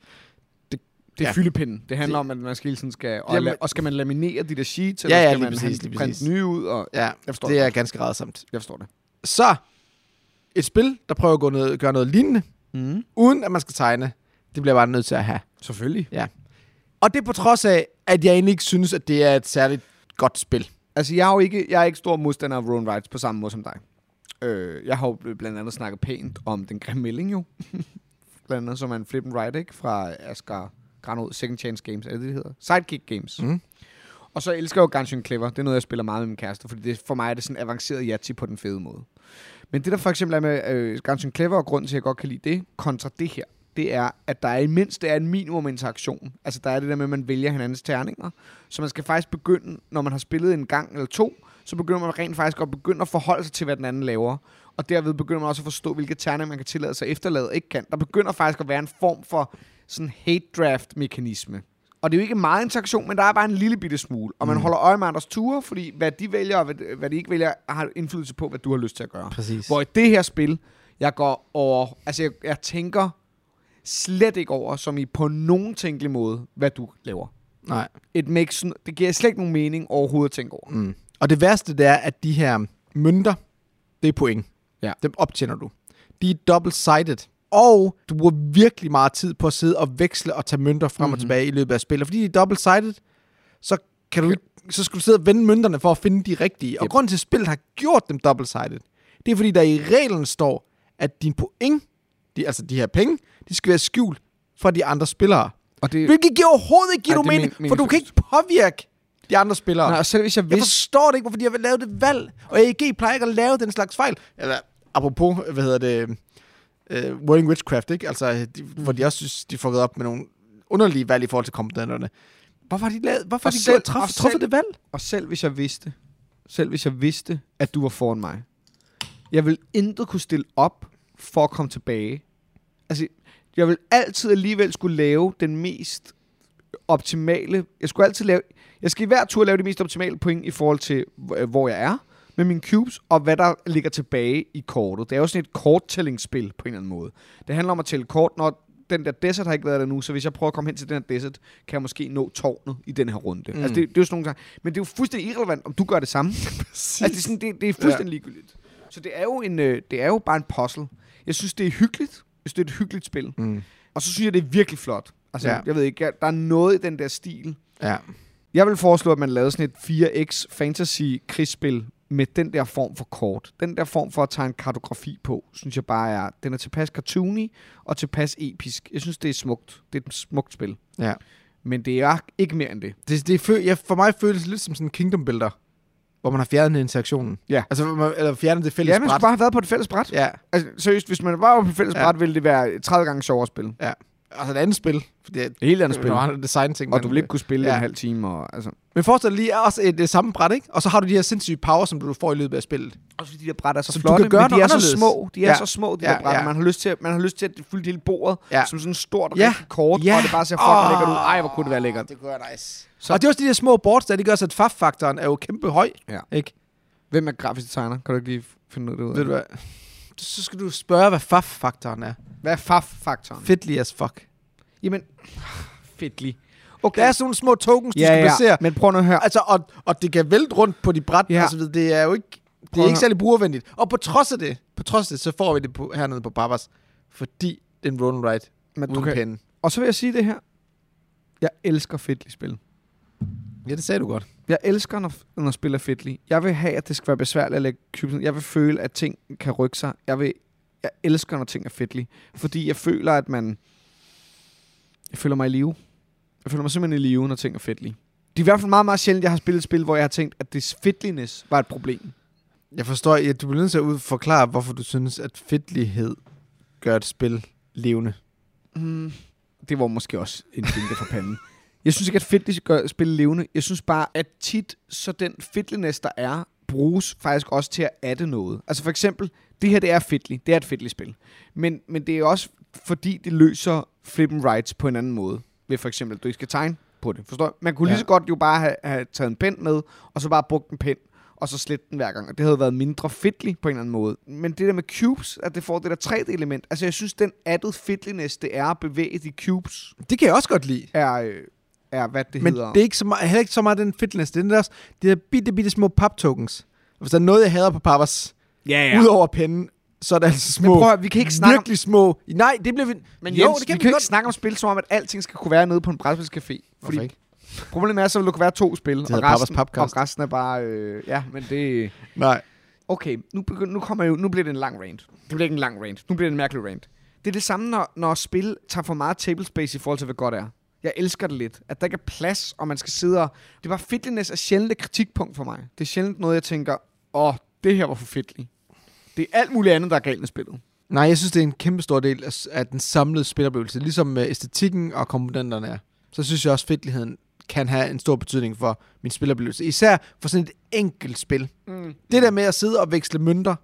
A: Det er ja.
B: Ja.
A: fyldepinden. Det handler det, om, at man skal hele tiden skal... Og,
B: Jamen-
A: la, og skal man laminere de der sheets,
B: Ja, ja,
A: skal
B: lige
A: man
B: præcis,
A: han-
B: lige
A: printe
B: præcis.
A: nye ud? Og,
B: Ja,
A: jeg, forstår det
B: det er ganske rædsomt.
A: jeg forstår det.
B: Så et spil, der prøver at gå noget, gøre noget lignende,
A: Mm.
B: uden at man skal tegne, det bliver jeg bare nødt til at have.
A: Selvfølgelig.
B: Og det er på trods af, at jeg egentlig ikke synes, at det er et særligt godt spil.
A: Altså, jeg er jo ikke, jeg er ikke stor modstander af Ron Rights på samme måde som dig. Øh, jeg har jo blandt andet snakket pænt om den grimme melding jo. <laughs> blandt andet som er en flip and write, ikke? Fra Asger Granod, Second Chance Games, er det det, det hedder? Sidekick Games.
B: Mhm.
A: Og så elsker jeg jo Genshin Clever. Det er noget, jeg spiller meget med min kæreste, fordi det, for mig er det sådan avanceret yatzy på den fede måde. Men det, der for eksempel er med øh, Genshin Clever, og grunden til, at jeg godt kan lide det, kontra det her, det er, at der er mindst det er en minimum interaktion. Altså, der er det der med, at man vælger hinandens terninger. Så man skal faktisk begynde, når man har spillet en gang eller to, så begynder man rent faktisk at begynde at forholde sig til, hvad den anden laver. Og derved begynder man også at forstå, hvilke terninger man kan tillade sig at efterlade og ikke kan. Der begynder faktisk at være en form for sådan hate draft mekanisme. Og det er jo ikke meget interaktion, men der er bare en lille bitte smule. Og man
B: Mm.
A: holder øje med andres ture, fordi hvad de vælger og hvad, hvad de ikke vælger, har indflydelse på, hvad du har lyst til at gøre.
B: Præcis.
A: Hvor i det her spil, jeg går over, altså jeg, jeg tænker slet ikke over, som i på nogen tænkelig måde, hvad du laver.
B: Nej.
A: It makes, n- det giver slet ikke nogen mening overhovedet at tænke over.
B: Mm. Og det værste, det er, at de her mønter, det er point.
A: Ja.
B: Dem optjener du. De er double-sided. Og du bruger virkelig meget tid på at sidde og veksle og tage mønter frem mm-hmm.
A: Mhm.
B: og tilbage i løbet af spillet. Og fordi de er double-sided, så kan du ikke, så skal du sidde og vende mønterne for at finde de rigtige. Yep. Og
A: Yep.
B: grunden til, at spillet har gjort dem double-sided, det er fordi, der i reglerne står, at din point, de, altså de her penge, de skal være skjult fra de andre spillere.
A: Og det,
B: Hvilket giver overhovedet ikke giver
A: Øh. Ej,
B: nogen
A: det er
B: mening,
A: men-
B: for du kan ikke påvirke de andre spillere.
A: nej, og selv hvis jeg
B: Jeg
A: vidste,
B: forstår det ikke, hvorfor de har lavet det valg. Og AEG plejer ikke at lave den slags fejl. Eller, apropos, hvad hedder det, uh, Whirling Witchcraft, ikke? Altså, de, hvor de også synes, de fuckede op med nogle underlige valg i forhold til komponenterne. Hvorfor har de, lavet, hvorfor
A: Og
B: har de
A: selv-
B: selv, traf,
A: og
B: truffet
A: selv-
B: det valg?
A: og selv hvis jeg vidste, selv hvis jeg vidste, at du var foran mig, jeg vil intet kunne stille op for at komme tilbage. Altså, jeg vil altid alligevel skulle lave den mest optimale, jeg skulle altid lave, jeg skal i hver tur lave de mest optimale point i forhold til, hvor- hvor jeg er med mine cubes, og hvad der ligger tilbage i kortet. Det er jo sådan et korttællingsspil på en eller anden måde. Det handler om at tælle kort, når den der desert har ikke været der nu, så hvis jeg prøver at komme hen til den her desert, kan jeg måske nå tårnet i den her runde. Mm.
B: Mm.
A: Altså, det, det er jo sådan nogle gange. Men det er jo fuldstændig irrelevant, om du gør det samme. Altså, det er, sådan, det, det er fuldstændig ja. ligegyldigt. Så det er, jo en, øh, det er jo bare en puzzle. Jeg synes, det er hyggeligt. Jeg synes, det er et hyggeligt spil.
B: Mm.
A: Og så synes jeg, det er virkelig flot. Altså, ja.
B: Ja.
A: jeg ved ikke, jeg, der er noget i den der stil.
B: Ja.
A: Jeg vil foreslå, at man lavede sådan et 4X fantasy krigsspil med den der form for kort. Den der form for at tage en kartografi på, synes jeg bare er, den er tilpas cartoony og tilpas episk. Jeg synes, det er smukt. Det er et smukt spil.
B: ja.
A: Men det er ikke mere end det.
B: Det, det fø, ja, for mig føles det lidt som sådan en Kingdom Builder, hvor man har fjernet interaktionen.
A: Ja.
B: Altså, hvor man, eller fjernet det fælles
A: Ja, man skulle
B: bræt.
A: bare have været på et fælles bræt.
B: Ja.
A: Altså, seriøst, hvis man var på et fælles
B: Ja.
A: bræt, ville det være 30 gange sjovere at spille.
B: Altså et andet spil. For det er et
A: Et helt andet spil.
B: spil. Nogle design ting.
A: Og du vil ikke kunne spille ja.
B: Ja.
A: en halv time. Og, altså.
B: Men forestil dig lige er også et, et samme bræt, ikke? Og så har du de her sindssyge power, som du får i løbet af spillet.
A: Også fordi de der bræt er så,
B: Så du
A: flotte,
B: kan gøre
A: men de
B: noget
A: er så
B: anderledes.
A: små. De er
B: Ja.
A: så små, de
B: Ja,
A: der bræt.
B: ja.
A: Man, har lyst til, at- man har lyst til at fylde hele bordet ja.
B: Ja.
A: som sådan stort og
B: Ja.
A: ja. kort,
B: Ja.
A: og det bare ser fucking oh. lækkert ud. Ej, hvor kunne det være lækkert.
B: Det kunne være nice.
A: Så-
B: Ah, Så. Og det er også de der små boards, der det gør så, at faf-faktoren er jo kæmpe høj.
A: Ja.
B: Ikke?
A: Hvem er grafisk designer? Kan du ikke lige finde noget ud af
B: Ved du hvad? Så skal du spørge, hvad faf-faktoren er.
A: Hvad er faf-faktoren?
B: Fedtlig as fuck. Okay.
A: Jamen, fedtlig. Okay.
B: Der er sådan nogle små tokens, du
A: ja,
B: skal
A: ja,
B: placere.
A: men prøv nu at høre.
B: Altså, og, og det kan vælte rundt på de bræt
A: Ja.
B: ja. og så videre. Det er jo ikke, det
A: Prøv
B: er
A: at
B: ikke
A: høre.
B: særlig brugervenligt. Og på trods af det, på trods af det, så får vi det på, hernede på Babas. Fordi den roll right
A: Men du
B: uden
A: kan.
B: pinden.
A: Og så vil jeg sige det her. Jeg elsker fedtlig spil.
B: Ja, det sagde du godt.
A: Jeg elsker, når, når spil er fedtlig. Jeg vil have, at det skal være besværligt at lægge kyben. Jeg vil føle, at ting kan rykke sig. Jeg, vil, jeg elsker, når ting er fedtlige. Fordi jeg føler, at man... Jeg føler mig i live. Jeg føler mig simpelthen i live, når ting er fedtlige. Det er i hvert fald meget, meget sjældent, jeg har spillet et spil, hvor jeg har tænkt, at det fedtliness var et problem.
B: Jeg forstår, ja, du bliver nødt til at ud- forklare, hvorfor du synes, at fedtlighed gør et spil levende.
A: Mm, det var måske også en finte for panden. Jeg synes ikke, at fitness gør spille levende. Jeg synes bare, at tit så den fitliness, der er, bruges faktisk også til at adde noget. Altså for eksempel, det her det er fitlig. Det er et fitligt spil. Men, men det er også fordi, det løser flip and rights på en anden måde. Ved for eksempel, at du ikke skal tegne på det. Forstår? du? Man kunne ja. lige
B: Ja.
A: så godt jo bare have, have taget en pen med, og så bare brugt en pen, og så slet den hver gang. Og det havde været mindre fedtlig på en eller anden måde. Men det der med cubes, at det får det der 3D-element, altså jeg synes, den added fedtliness, det er at bevæge de cubes,
B: Det kan jeg også godt lide.
A: er, øh, er hvad det
B: Men
A: hedder.
B: det er ikke så meget, heller ikke så meget den fitness. Det er den der, også- de der bitte, bitte små paptokens. Hvis der er noget, jeg hader på pappers,
A: ja,
B: ja. udover pennen, så er det altså små.
A: Men prøv at, høre, vi kan ikke snakke om,
B: virkelig små. Nej, det bliver vi...
A: men
B: jo,
A: Jens,
B: det kan vi,
A: vi kan
B: godt.
A: ikke snakke om spil, som om, at alting skal kunne være nede på en brætspilscafé.
B: Hvorfor
A: Fordi
B: ikke?
A: problemet er, så vil der kunne være to spil, og
B: hedder Papas
A: resten,
B: Papkast.
A: og resten er bare... Øh, ja, men det...
B: Nej.
A: okay, nu, begynd, nu, kommer jeg, jo- nu bliver det en lang rant. Det bliver ikke en lang rant. Nu bliver det en mærkelig rant. Det er det samme, når, når spil tager for meget table space i forhold til, hvad godt er. Jeg elsker det lidt. At der ikke er plads, og man skal sidde og... Det var fedtliness er sjældent et kritikpunkt for mig. Det er sjældent noget, jeg tænker, åh, det her var for fedtligt. Det er alt muligt andet, der er galt med spillet.
B: Nej, jeg synes, det er en kæmpe stor del af, s- af den samlede spiloplevelse. Ligesom med æstetikken og komponenterne er. Så synes jeg også, at fedtligheden kan have en stor betydning for min spiloplevelse. Især for sådan et enkelt spil.
A: Mm.
B: Det der med at sidde og veksle mønter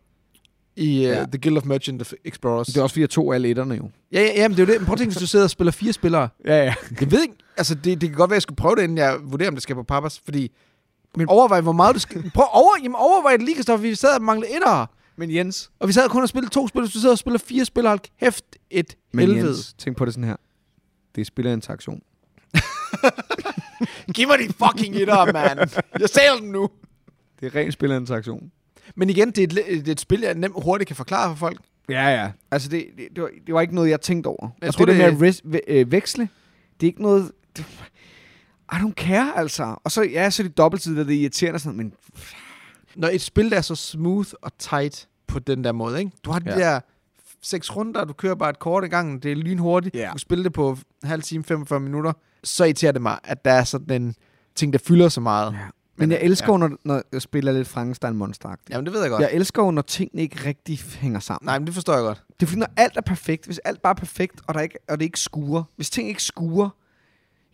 B: i uh,
A: Ja.
B: ja. The Guild of Merchant of Explorers.
A: Det er også, fordi jeg tog alle etterne jo.
B: Ja, ja, ja, men det er jo det. Men prøv at tænke, hvis du sidder og spiller fire
A: <laughs>
B: spillere.
A: Ja, ja.
B: Jeg ved ikke, altså det, det kan godt være, at jeg skulle prøve det, inden jeg vurderer, om det skal på pappers, fordi
A: Men-
B: men overvej, hvor meget du skal... Prøv over, jamen overvej det lige, Kristoffer, vi sad og manglede etter,
A: Men Jens...
B: og vi sad kun og spillede to spil, hvis du sidder og spiller fire spil, hold kæft, et
A: Men
B: helvede.
A: Jens, tænk på det sådan her. Det er spillerinteraktion.
B: Giv mig de fucking etter, mand. Jeg sælger dem nu.
A: Det er ren spillerinteraktion.
B: Men igen, det er, et, det er et spil, jeg nemt hurtigt kan forklare for folk.
A: Ja, ja. Altså, det, det, det, var, det var ikke noget, jeg tænkte over. Jeg og
B: tror,
A: tror, det, det
B: det-
A: der med at res, ve, øh, veksle, det er ikke noget... Det, I don't care, altså. Og så, ja, så er det dobbeltsidigt, og det er irriterende og sådan noget, men
B: Når et spil, der er så smooth og tight på den der måde, ikke? Du har de
A: Ja.
B: der seks runder, du kører bare et kort ad gangen, det er lynhurtigt,
A: Ja.
B: du spiller det på halv time, 45 minutter, så irriterer det mig, at der er sådan en ting, der fylder så meget.
A: Ja. Men jeg elsker jo, når, når jeg spiller lidt Frankenstein monster ja.
B: Jamen, det ved jeg godt. Ja.
A: Jeg elsker jo, når tingene ikke rigtig hænger sammen.
B: Nej, men det forstår jeg godt.
A: Det er fordi, når alt er perfekt, hvis alt bare er perfekt, og, der ikke, og det ikke skuer, hvis ting ikke skuer,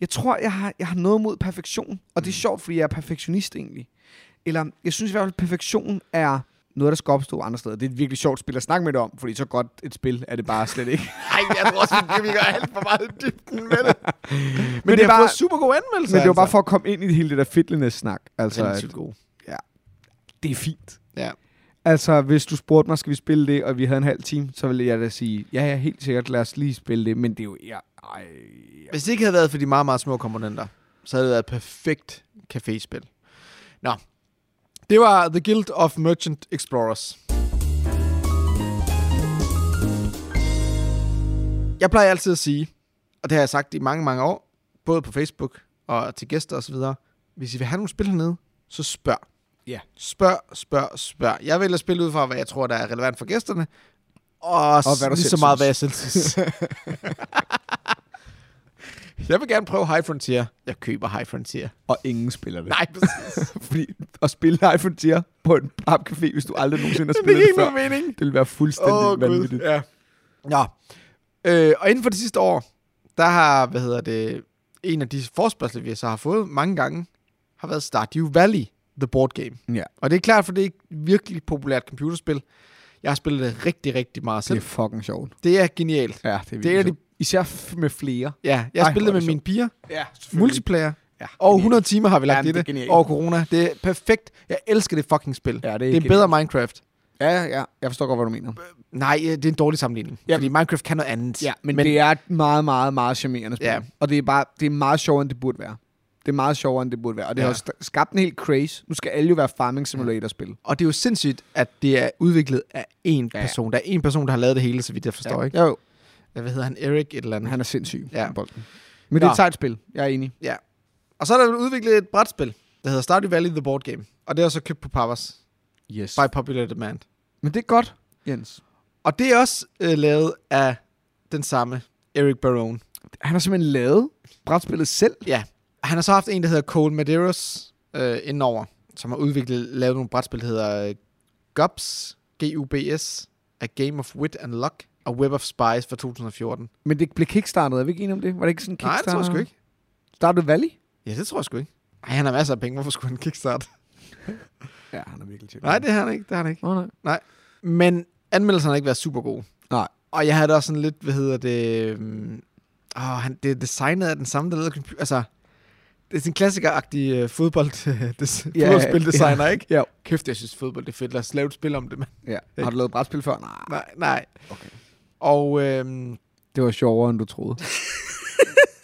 A: jeg tror, jeg har, jeg har noget mod perfektion, og det
B: Mm.
A: er sjovt, fordi jeg er perfektionist egentlig. Eller jeg synes i hvert fald, at perfektion er noget, der skal opstå andre steder. Det er et virkelig sjovt spil at snakke med dig om, fordi så godt et spil er det bare slet
B: <laughs>
A: ikke. Men,
B: Nej, jeg tror også, vi gør alt for meget i dybden med det. Men, men
A: det
B: det
A: er
B: er bare...
A: bare-
B: fået altså. super god anmeldelse,
A: Men det var bare for at komme ind i det hele det der fitness-snak. Altså,
B: Sindssygt
A: at
B: god.
A: det er fint.
B: Ja.
A: Altså, hvis du spurgte mig, skal vi spille det, og vi havde en halv time, så ville jeg da sige, ja, ja, helt sikkert, lad os lige spille det, men det er jo... Ja, ej, ja.
B: Hvis det ikke havde været for de meget, meget små komponenter, så havde det været et perfekt caféspil. Nå. Det var The Guild of Merchant Explorers. Jeg plejer altid at sige, og det har jeg sagt i mange, mange år, både på Facebook og til gæster osv., hvis I vil have nogle spil hernede, så spørg.
A: Ja.
B: Spørg, spørg, spørg. Jeg vælger spil ud fra, hvad jeg tror, der er relevant for gæsterne, og, og
A: hvad du
B: lige
A: selv
B: så meget,
A: synes.
B: hvad jeg selv synes.
A: <laughs>
B: Jeg vil gerne prøve High Frontier. Jeg køber High Frontier.
A: Og ingen spiller det.
B: Nej, præcis.
A: Fordi at spille High Frontier på en papcafé, hvis du aldrig nogensinde har
B: det
A: spillet
B: er
A: <laughs> det
B: ikke
A: før,
B: nogen mening.
A: det ville være fuldstændig
B: Åh,
A: oh,
B: Gud.
A: vanvittigt.
B: Ja. Nå. Øh, og inden for det sidste år, der har, hvad hedder det, en af de forspørgsler, vi så har fået mange gange, har været Stardew Valley, the board game.
A: Ja.
B: Og det er klart, for det er et virkelig populært computerspil. Jeg har spillet det rigtig, rigtig meget
A: Det
B: selv.
A: er fucking sjovt.
B: Det er genialt.
A: Ja, det er,
B: Det er
A: det. Især f- med flere.
B: Ja, jeg
A: Ej,
B: har spillet
A: hvor er
B: det
A: det
B: med mine piger.
A: Ja,
B: Multiplayer.
A: Ja,
B: Og
A: genialt.
B: 100 timer har vi lagt
A: Jamen,
B: i
A: det er
B: det,
A: genialt.
B: over corona. Det er perfekt. Jeg elsker det fucking spil.
A: Ja, det er
B: det er bedre end Minecraft.
A: Ja, ja, ja. Jeg forstår godt, hvad du mener.
B: Nej, øh, det er en dårlig sammenligning.
A: Ja.
B: Ja. Fordi Minecraft kan noget andet.
A: Ja, men, men det er et meget, meget, meget charmerende spil.
B: Ja.
A: Og det er bare det er meget sjovere, end det burde være. Det er meget sjovere, end det burde være. Og det ja.
B: Ja.
A: har jo st- skabt en helt craze. Nu skal alle jo være Farming Simulator-spil.
B: Og det er jo sindssygt, at det er udviklet af én
A: Ja.
B: person. Der er én person, der har lavet det hele, så vidt jeg forstår. Ja. Ikke?
A: Jo,
B: Hvad hedder han? Erik et eller andet.
A: han er sindssyg.
B: Ja.
A: Bolden. Men det er
B: Nå.
A: et sejt spil. Jeg er enig.
B: Ja. Og så er der udviklet et brætspil, der hedder Stardew Valley The Board Game. Og det er så købt på Pappers.
A: Yes.
B: By popular demand.
A: Men det er godt, Jens.
B: Og det er også øh, lavet af den samme Eric Barone.
A: Han har simpelthen lavet brætspillet selv.
B: Ja. Han har så haft en, der hedder Cole Medeiros øh, indenover, som har udviklet, lavet nogle brætspil, der hedder øh, Gubs, G-U-B-S, A Game of Wit and Luck og Web of Spies fra 2014.
A: Men det blev kickstartet, er vi ikke enige om det? Var det ikke sådan
B: Nej, det
A: kickstarter?
B: tror jeg sgu ikke.
A: Started Valley?
B: Ja, det tror jeg sgu ikke. Ej, han har masser af penge. Hvorfor skulle han kickstarte?
A: Ja, han er virkelig tjekket.
B: <laughs> Nej, det har han ikke. Det har han ikke.
A: Nå, nej.
B: Men anmeldelserne har ikke været super gode.
A: Nej.
B: Og jeg havde da også sådan lidt, hvad hedder det... øhm, Åh, han, det er designet af den samme, der lavede computer. Altså, det er sådan en klassikeragtig øh, fodbold, <laughs> des,
A: Ja,
B: ja, fodboldspildesigner,
A: ja.
B: ikke?
A: Jo.
B: Kæft, jeg synes fodbold det er fedt. Lad os lave et spil om det, mand.
A: Ja. Har du lavet brætspil før? Nej.
B: Nej, nej.
A: Okay.
B: Og øhm,
A: Det var sjovere, end du
B: <laughs>
A: troede.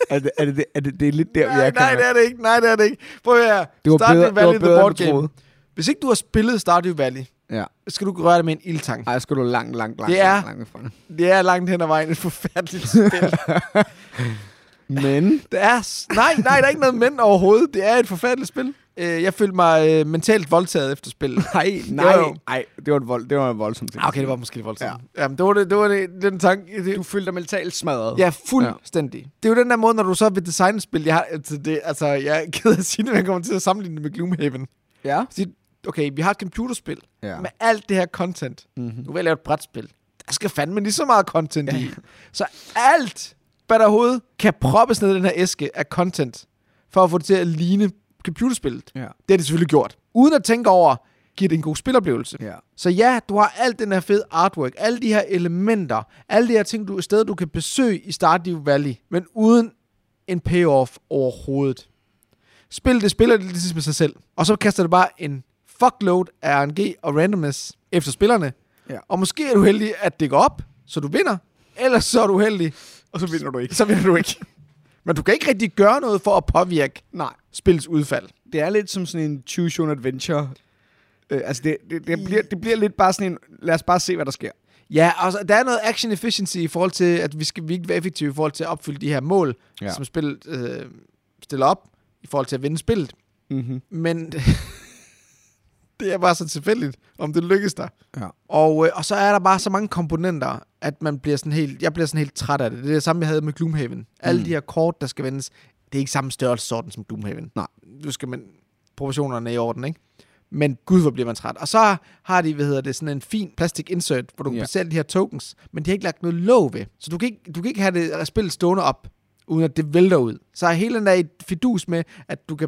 A: er, det, er, det, er det, det er lidt der, vi
B: nej,
A: er
B: nej, det er det ikke. Nej, det er det ikke. Prøv at høre.
A: Det var
B: Stardew
A: bedre, det
B: Valley The
A: var bedre
B: Board
A: end du
B: Game.
A: troede.
B: Hvis ikke du har spillet Stardew Valley,
A: Ja.
B: skal du ikke røre det med en ildtang.
A: Ej, jeg skulle du langt, langt, langt,
B: Det er-
A: langt, langt fra.
B: Det er langt hen ad vejen et forfærdeligt spil. <laughs>
A: Men
B: Det er... s- Nej, nej, der er ikke noget men overhovedet. Det er et forfærdeligt spil. Øh, jeg følte mig øh, mentalt voldtaget efter spillet.
A: nej, nej,
B: Jo, jo.
A: nej, det var, et vold, det var en voldsom ting.
B: Ah, Okay, det var måske lidt voldsomt. Ja. Jamen, det var, det, det var det, den tanke. Det,
A: Du følte dig mentalt smadret.
B: ja, fuldstændig. Ja. Det er jo den der måde, når du så vil designe et spil. Jeg, har, altså, det, altså, jeg er ked af at sige det, men jeg kommer til at sammenligne det med Gloomhaven.
A: Ja.
B: Sige, okay, vi har et computerspil
A: Ja. Mhm.
B: med alt det her content. Mm-hmm. Nu vil jeg lave et brætspil. Der skal fandme lige så meget content ja. i. Så alt, hvad der overhovedet kan proppes ned i den her æske af content, for at få det til at ligne computerspillet.
A: Ja.
B: Det har de selvfølgelig gjort. Uden at tænke over, giver det en god spiloplevelse.
A: Ja.
B: Så ja, du har alt den her fede artwork, alle de her elementer, alle de her ting, du, steder, du kan besøge i Stardew Valley, men uden en payoff overhovedet. Spil det spiller det ligesom med sig selv. Og så kaster det bare en fuckload af RNG og randomness efter spillerne.
A: Ja.
B: Og måske er du heldig, at det går op, så du vinder. Ellers så er du heldig,
A: Og så vinder du ikke.
B: så vinder du ikke. <laughs> men du kan ikke rigtig gøre noget for at påvirke
A: Nej.
B: spillets udfald.
A: Det er lidt som sådan en choose your own adventure. Øh, altså, det, det, det, bliver, det bliver lidt bare sådan en, lad os bare se, hvad der sker.
B: Ja, altså, der er noget action efficiency i forhold til, at vi skal vi ikke være effektive i forhold til at opfylde de her mål,
A: Ja.
B: ja. som spillet øh, stiller op, i forhold til at vinde spillet.
A: Mm-hmm.
B: Men <laughs> det er bare så tilfældigt, om det lykkes dig.
A: Ja.
B: Og, øh, og så er der bare så mange komponenter, at man bliver sådan helt, jeg bliver sådan helt træt af det. Det er det samme, jeg havde med Gloomhaven. Mm. Alle de her kort, der skal vendes, det er ikke samme størrelsesorden som Gloomhaven.
A: Nej.
B: Nu skal man proportionerne er i orden, ikke? Men gud, hvor bliver man træt. Og så har de, hvad hedder det, sådan en fin plastik insert, hvor du kan
A: Ja.
B: bestille de her tokens, men de har ikke lagt noget låg ved. Så du kan ikke, du kan ikke have det spillet stående op, uden at det vælter ud. Så er hele den der et fidus med, at du kan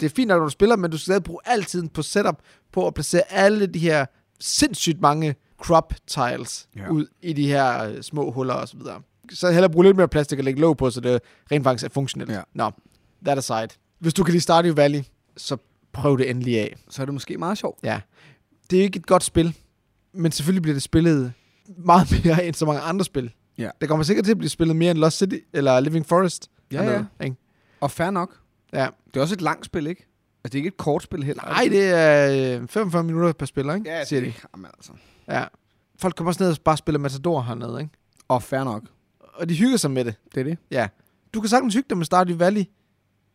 B: det er fint, nok, når du spiller, men du skal stadig bruge al tiden på setup på at placere alle de her sindssygt mange crop tiles
A: Ja.
B: ja. ud i de her øh, små huller og så videre. Så hellere bruge lidt mere plastik og lægge låg på, så det rent faktisk er funktionelt.
A: Ja.
B: Nå, that aside. Hvis du kan lide Stardew Valley, så prøv det endelig af.
A: Så er det måske meget sjovt.
B: Ja. Det er ikke et godt spil, men selvfølgelig bliver det spillet meget <laughs> mere end så mange andre spil.
A: Ja.
B: Det kommer sikkert til at blive spillet mere end Lost City eller Living Forest.
A: Ja,
B: og
A: ja.
B: noget, ikke?
A: Og fair nok.
B: ja.
A: Det er også et langt spil, ikke? Altså, det er ikke et kort spil heller.
B: Nej, det er øh, 45 minutter per spiller, ikke?
A: ja,
B: siger de.
A: det- Jamen, altså.
B: Ja. Folk kommer også ned og bare spiller Matador hernede, ikke?
A: Og fair nok.
B: Og de hygger sig med det.
A: Det er det.
B: Ja. Du kan sagtens hygge dig med Stardew Valley,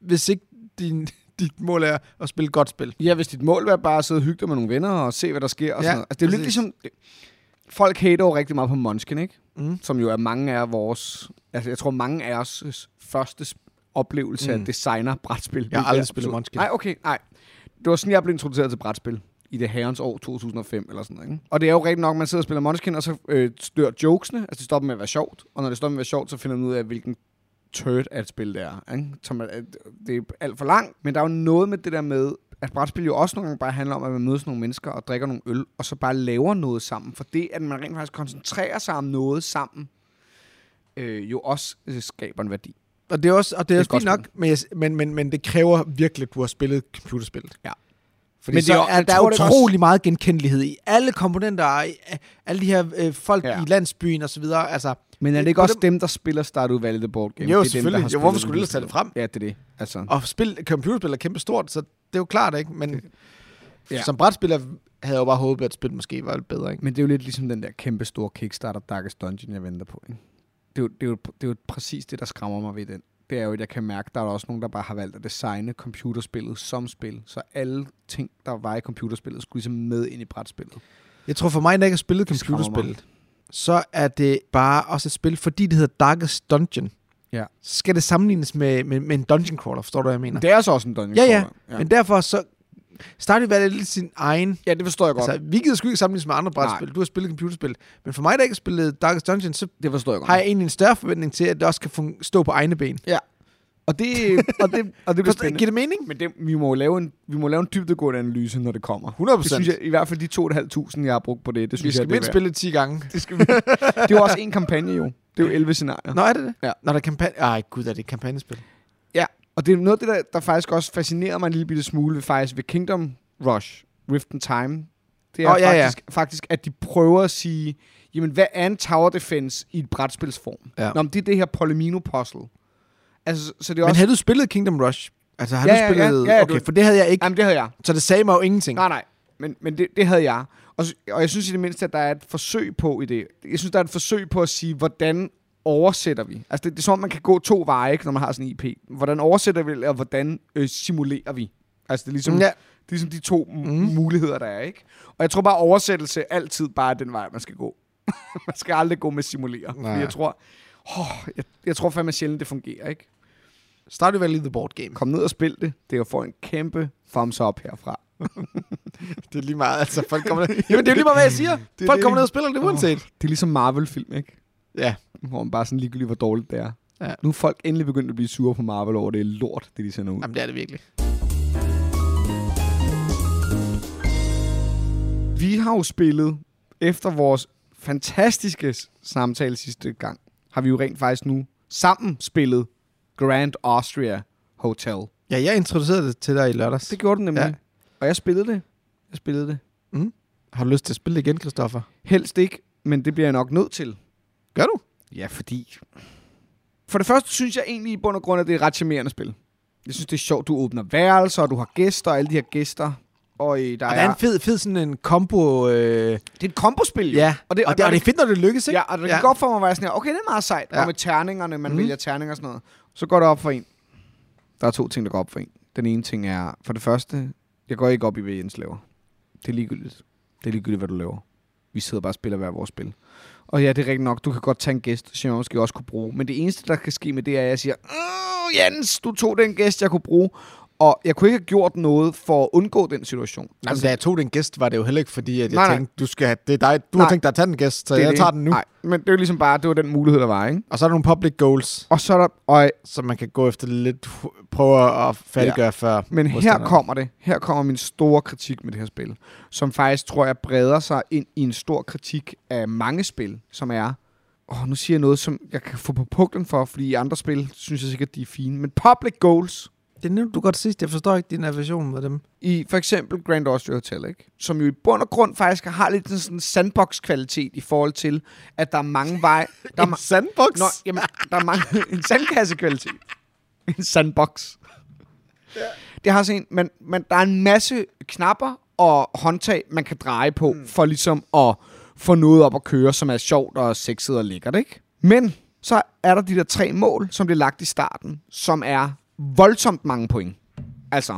B: hvis ikke din, <laughs> dit mål er at spille godt spil.
A: Ja, hvis dit mål var bare at sidde og hygge dig med nogle venner og se, hvad der sker. Og
B: Ja,
A: sådan noget. Altså, det er jo lidt
B: præcis.
A: ligesom... Folk hater jo rigtig meget på Munchkin, ikke?
B: Mm.
A: Som jo er mange af vores... Altså, jeg tror, mange af os første s- oplevelse mm. af
B: Mm.
A: designer-brætspil.
B: Jeg har aldrig spillet Munchkin.
A: Nej, okay, nej. Det var sådan, jeg blev introduceret til brætspil i det herrens år 2005 eller sådan noget. Ikke? Og det er jo rigtigt nok, man sidder og spiller Munchkin, og så øh, dør jokesene. Altså, det stopper med at være sjovt. Og når det stopper med at være sjovt, så finder man ud af, hvilken turd af et spil det er. Ikke? Som er, at det er alt for langt, men der er jo noget med det der med, at brætspil jo også nogle gange bare handler om, at man mødes nogle mennesker og drikker nogle øl, og så bare laver noget sammen. For det, at man rent faktisk koncentrerer sig om noget sammen, øh, jo også øh, skaber en værdi.
B: Og det er også, og det er
A: Det er
B: også
A: godt
B: fint nok, men, jeg, men, men, men det kræver virkelig, at du har spillet computerspillet.
A: Ja.
B: Fordi
A: Men
B: men
A: det
B: så
A: er jo-
B: er,
A: jeg
B: der
A: tror,
B: er
A: det er
B: utrolig meget genkendelighed i alle komponenter, og i, alle de her øh, folk
A: Ja.
B: ja. i landsbyen og så videre. Altså,
A: Men er det
B: Det-
A: ikke
B: på
A: også
B: dem-
A: dem, der spiller Stardew Valley The Board
B: Jo,
A: Game? Det er dem, der
B: selvfølgelig.
A: har
B: Jo,
A: spillet
B: hvorfor skulle du ellers
A: computerspil.
B: tage det frem?
A: Ja, det er det. Altså,
B: Og spil, computerspil er kæmpe stort, så det er jo klart, ikke? Men
A: Ja.
B: ja. som brætspiller havde jeg jo bare håbet, at spillet måske var lidt bedre, ikke?
A: Men det er jo lidt ligesom den der kæmpe store Kickstarter Darkest Dungeon, jeg venter på. Ikke? Det, er jo, det, er jo, det er jo præcis det, der skræmmer mig ved den. Det er jo, at jeg kan mærke, at der er også nogen, der bare har valgt at designe computerspillet som spil. Så alle ting, der var i computerspillet, skulle ligesom med ind i brætspillet.
B: Jeg tror for mig, der ikke har spillet
A: Det skræmmer mig.
B: computerspillet, så er det bare også et spil, fordi det hedder Darkest Dungeon.
A: Ja.
B: Så skal det sammenlignes med, med, med en dungeon crawler, forstår du, hvad jeg mener?
A: Det er så altså også en dungeon
B: Ja, ja.
A: crawler.
B: Men derfor så Stardew Valley er lidt sin egen.
A: Ja, det forstår jeg godt.
B: Altså,
A: Altså,
B: vi gider sgu ikke sammenlignes med andre brætspil. Du har spillet computerspil. Men for mig, der ikke har spillet Darkest Dungeon, så
A: det forstår jeg godt.
B: har jeg egentlig en større forventning til, at det også kan fun- stå på egne ben.
A: Ja. Og det, og det, og det bliver
B: Forstår-
A: spændende.
B: Giver det mening?
A: Men det, vi, må jo lave en, vi må lave en dybdegående analyse, når det kommer.
B: 100%.
A: Det synes jeg, i hvert fald de 2.500, jeg har brugt på det, det
B: vi
A: synes
B: skal
A: jeg, det er
B: mindst
A: værd.
B: spille det 10 gange.
A: Det, skal vi. det er jo også en kampagne jo. Det er jo 11 scenarier.
B: <laughs> Nå, er det det?
A: Ja.
B: Når der er kampagne... Ej, gud, er det et kampagnespil?
A: Ja, og det er noget af det, der, der faktisk også fascinerede mig en lille bitte smule ved, faktisk ved Kingdom Rush, Rift and Time. Det er
B: Åh,
A: oh,
B: ja, ja.
A: faktisk, ja. faktisk, at de prøver at sige, jamen hvad er en tower defense i et brætspilsform?
B: Ja.
A: Nå, men det er det her Polymino-puzzle. Altså, så det er
B: Men
A: også...
B: havde du spillet Kingdom Rush? Altså, har
A: Ja,
B: du
A: ja, ja.
B: spillet...
A: Ja, ja,
B: okay,
A: du-
B: for det havde jeg ikke.
A: Jamen, det havde jeg.
B: Så det sagde mig jo ingenting.
A: Nej, nej. Men, men det, det havde jeg. Og, s- og jeg synes i det mindste, at der er et forsøg på i det. Jeg synes, der er et forsøg på at sige, hvordan oversætter vi? Altså, det, det er som om, man kan gå to veje, ikke, når man har sådan en IP. Hvordan oversætter vi, og hvordan øh, simulerer vi? Altså, det er ligesom,
B: Mm,
A: ja.
B: ja.
A: det er ligesom de to mm.
B: Mm.
A: muligheder, der er, ikke? Og jeg tror bare, oversættelse altid bare er den vej, man skal gå. <laughs> man skal aldrig gå med simulere.
B: Nej.
A: Fordi jeg tror, oh, jeg, jeg tror fandme sjældent, det fungerer, ikke?
B: Stardew Valley The Board Game.
A: Kom ned og spil det. Det er jo for en kæmpe thumbs up herfra.
B: Det er lige meget, altså. Folk <laughs> kommer ned... Jamen, det er jo lige meget, hvad jeg siger.
A: Det er
B: Folk
A: det.
B: kommer ned og spiller det uanset.
A: Det er ligesom Marvel-film, ikke?
B: Ja.
A: Hvor man bare sådan ligegyldigt, hvor dårligt det er.
B: Ja.
A: Ja. Nu er folk endelig begyndt at blive sure på Marvel over, at det er lort, det de sender ud.
B: Jamen, det er det virkelig.
A: Vi har jo spillet, efter vores fantastiske s- samtale sidste gang, har vi jo rent faktisk nu sammen spillet Grand Austria Hotel.
B: Ja, jeg introducerede det til dig i lørdags.
A: Det gjorde den nemlig.
B: Ja.
A: Ja. Og jeg spillede det. Jeg spillede det.
B: Har du lyst til at spille det igen, Christoffer?
A: Helst ikke, men det bliver jeg nok nødt til.
B: Gør du?
A: Ja, fordi... For det første synes jeg egentlig i bund og grund, at det er et ret charmerende spil. Jeg synes, det er sjovt, du åbner værelser, og du har gæster, og alle de her gæster. Og øh, der,
B: Og
A: er,
B: der er en fed, fed sådan en kombo... Øh,
A: Det er et kombospil, jo.
B: ja, og det, og, det, og
A: når
B: det er fedt, når det lykkes, ikke?
A: Ja, og det kan ja. godt for mig at være sådan her, okay, det er meget sejt.
B: Ja.
A: Ja. Og med terningerne, man
B: Mhm.
A: mm. vælger terninger og sådan noget. Så går det op for en. Der er to ting, der går op for en. Den ene ting er, for det første, jeg går ikke op i, hvad Jens laver. Det er ligegyldigt. Det er ligegyldigt, hvad du laver. Vi sidder bare og spiller hver vores spil. Og ja, det er rigtigt nok, du kan godt tage en gæst, som jeg måske også kunne bruge. Men det eneste, der kan ske med det, er, at jeg siger, "Åh, Jens, du tog den gæst, jeg kunne bruge. Og jeg kunne ikke have gjort noget for at undgå den situation.
B: Altså, da jeg tog den gæst, var det jo heller ikke fordi, at jeg
A: Nej, nej.
B: tænkte, du skal have, det er dig, du har
A: Nej.
B: tænkt dig at tage den gæst, så
A: det er
B: jeg
A: det.
B: tager den nu.
A: Nej, men det er jo ligesom bare, det var den mulighed, der var, ikke?
B: Og så er der nogle public goals,
A: Og så er der, og
B: som man kan gå efter lidt, hu- prøve at færdiggøre ja. før.
A: Men her
B: modstanderen.
A: kommer det. Her kommer min store kritik med det her spil, som faktisk, tror jeg, breder sig ind i en stor kritik af mange spil, som er, åh, nu siger jeg noget, som jeg kan få på puklen for, fordi i andre spil synes jeg sikkert, de er fine. Men public goals
B: Det er nemt, du godt sidst. Jeg forstår ikke din aversion med dem.
A: i for eksempel Grand Austria Hotel, ikke? som jo i bund og grund faktisk har lidt sådan- sådan en sandbox-kvalitet i forhold til, at der er
B: <laughs>
A: mange veje... Der er ma-
B: sandbox?
A: Nå, jamen, der er mange... <laughs> en sandkassekvalitet. En sandbox. Det har sådan en... Man, man, der er en masse knapper og håndtag, man kan dreje på, mm. for ligesom at få noget op at køre, som er sjovt og sexet og lækkert, ikke? Men så er der de der tre mål, som blev lagt i starten, som er voldsomt mange point. Altså,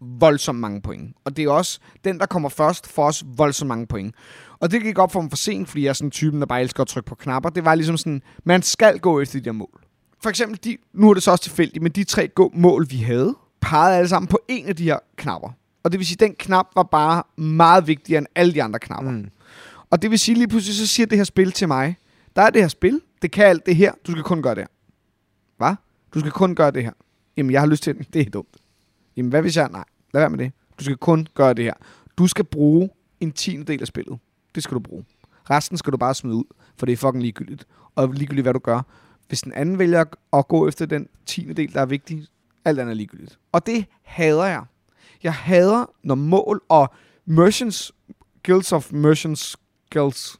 A: voldsomt mange point. Og det er også den, der kommer først, får også voldsomt mange point. Og det gik op for mig for sent, fordi jeg er sådan typen, der bare elsker at trykke på knapper. Det var ligesom sådan, man skal gå efter de der mål. For eksempel, de, nu er det så også tilfældigt, men de tre gå- mål, vi havde, pegede alle sammen på en af de her knapper. Og det vil sige, at den knap var bare meget vigtigere end alle de andre knapper.
B: Mm.
A: Mm. Og det vil sige, lige pludselig så siger det her spil til mig, der er det her spil, det kan alt det her, du skal kun gøre det her. Hvad? Du skal kun gøre det her. Jamen, jeg har lyst til det. Det er dumt. Jamen, hvad hvis jeg... Nej, lad være med det. Du skal kun gøre det her. Du skal bruge en tiende del af spillet. Det skal du bruge. Resten skal du bare smide ud, for det er fucking ligegyldigt. Og ligegyldigt, hvad du gør. Hvis den anden vælger at- at gå efter den tiende del, der er vigtig, alt andet er ligegyldigt. Og det hader jeg. Jeg hader, når mål og merchants, guilds of merchants, guilds,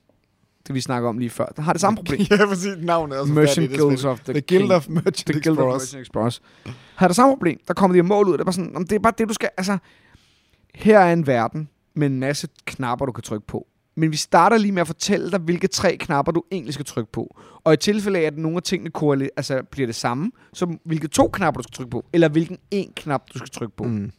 A: det vi snakker om lige før, der har det
B: <laughs>
A: samme problem.
B: ja, præcis. Navnet er også
A: Merchant
B: færdigt, det
A: guilds
B: spil.
A: of the,
B: The Guild
A: king.
B: of Merchant
A: The Guild of
B: Explorers.
A: Merchant Explorers. Har det samme problem. Der kommer de her mål ud, og det er bare sådan, "Nå, men det er bare det, du skal... Altså, her er en verden med en masse knapper, du kan trykke på. Men vi starter lige med at fortælle dig, hvilke tre knapper, du egentlig skal trykke på. Og i tilfælde af, at nogle af tingene korrele- altså, bliver det samme, så hvilke to knapper, du skal trykke på, eller hvilken en knap, du skal trykke på.
B: Mm.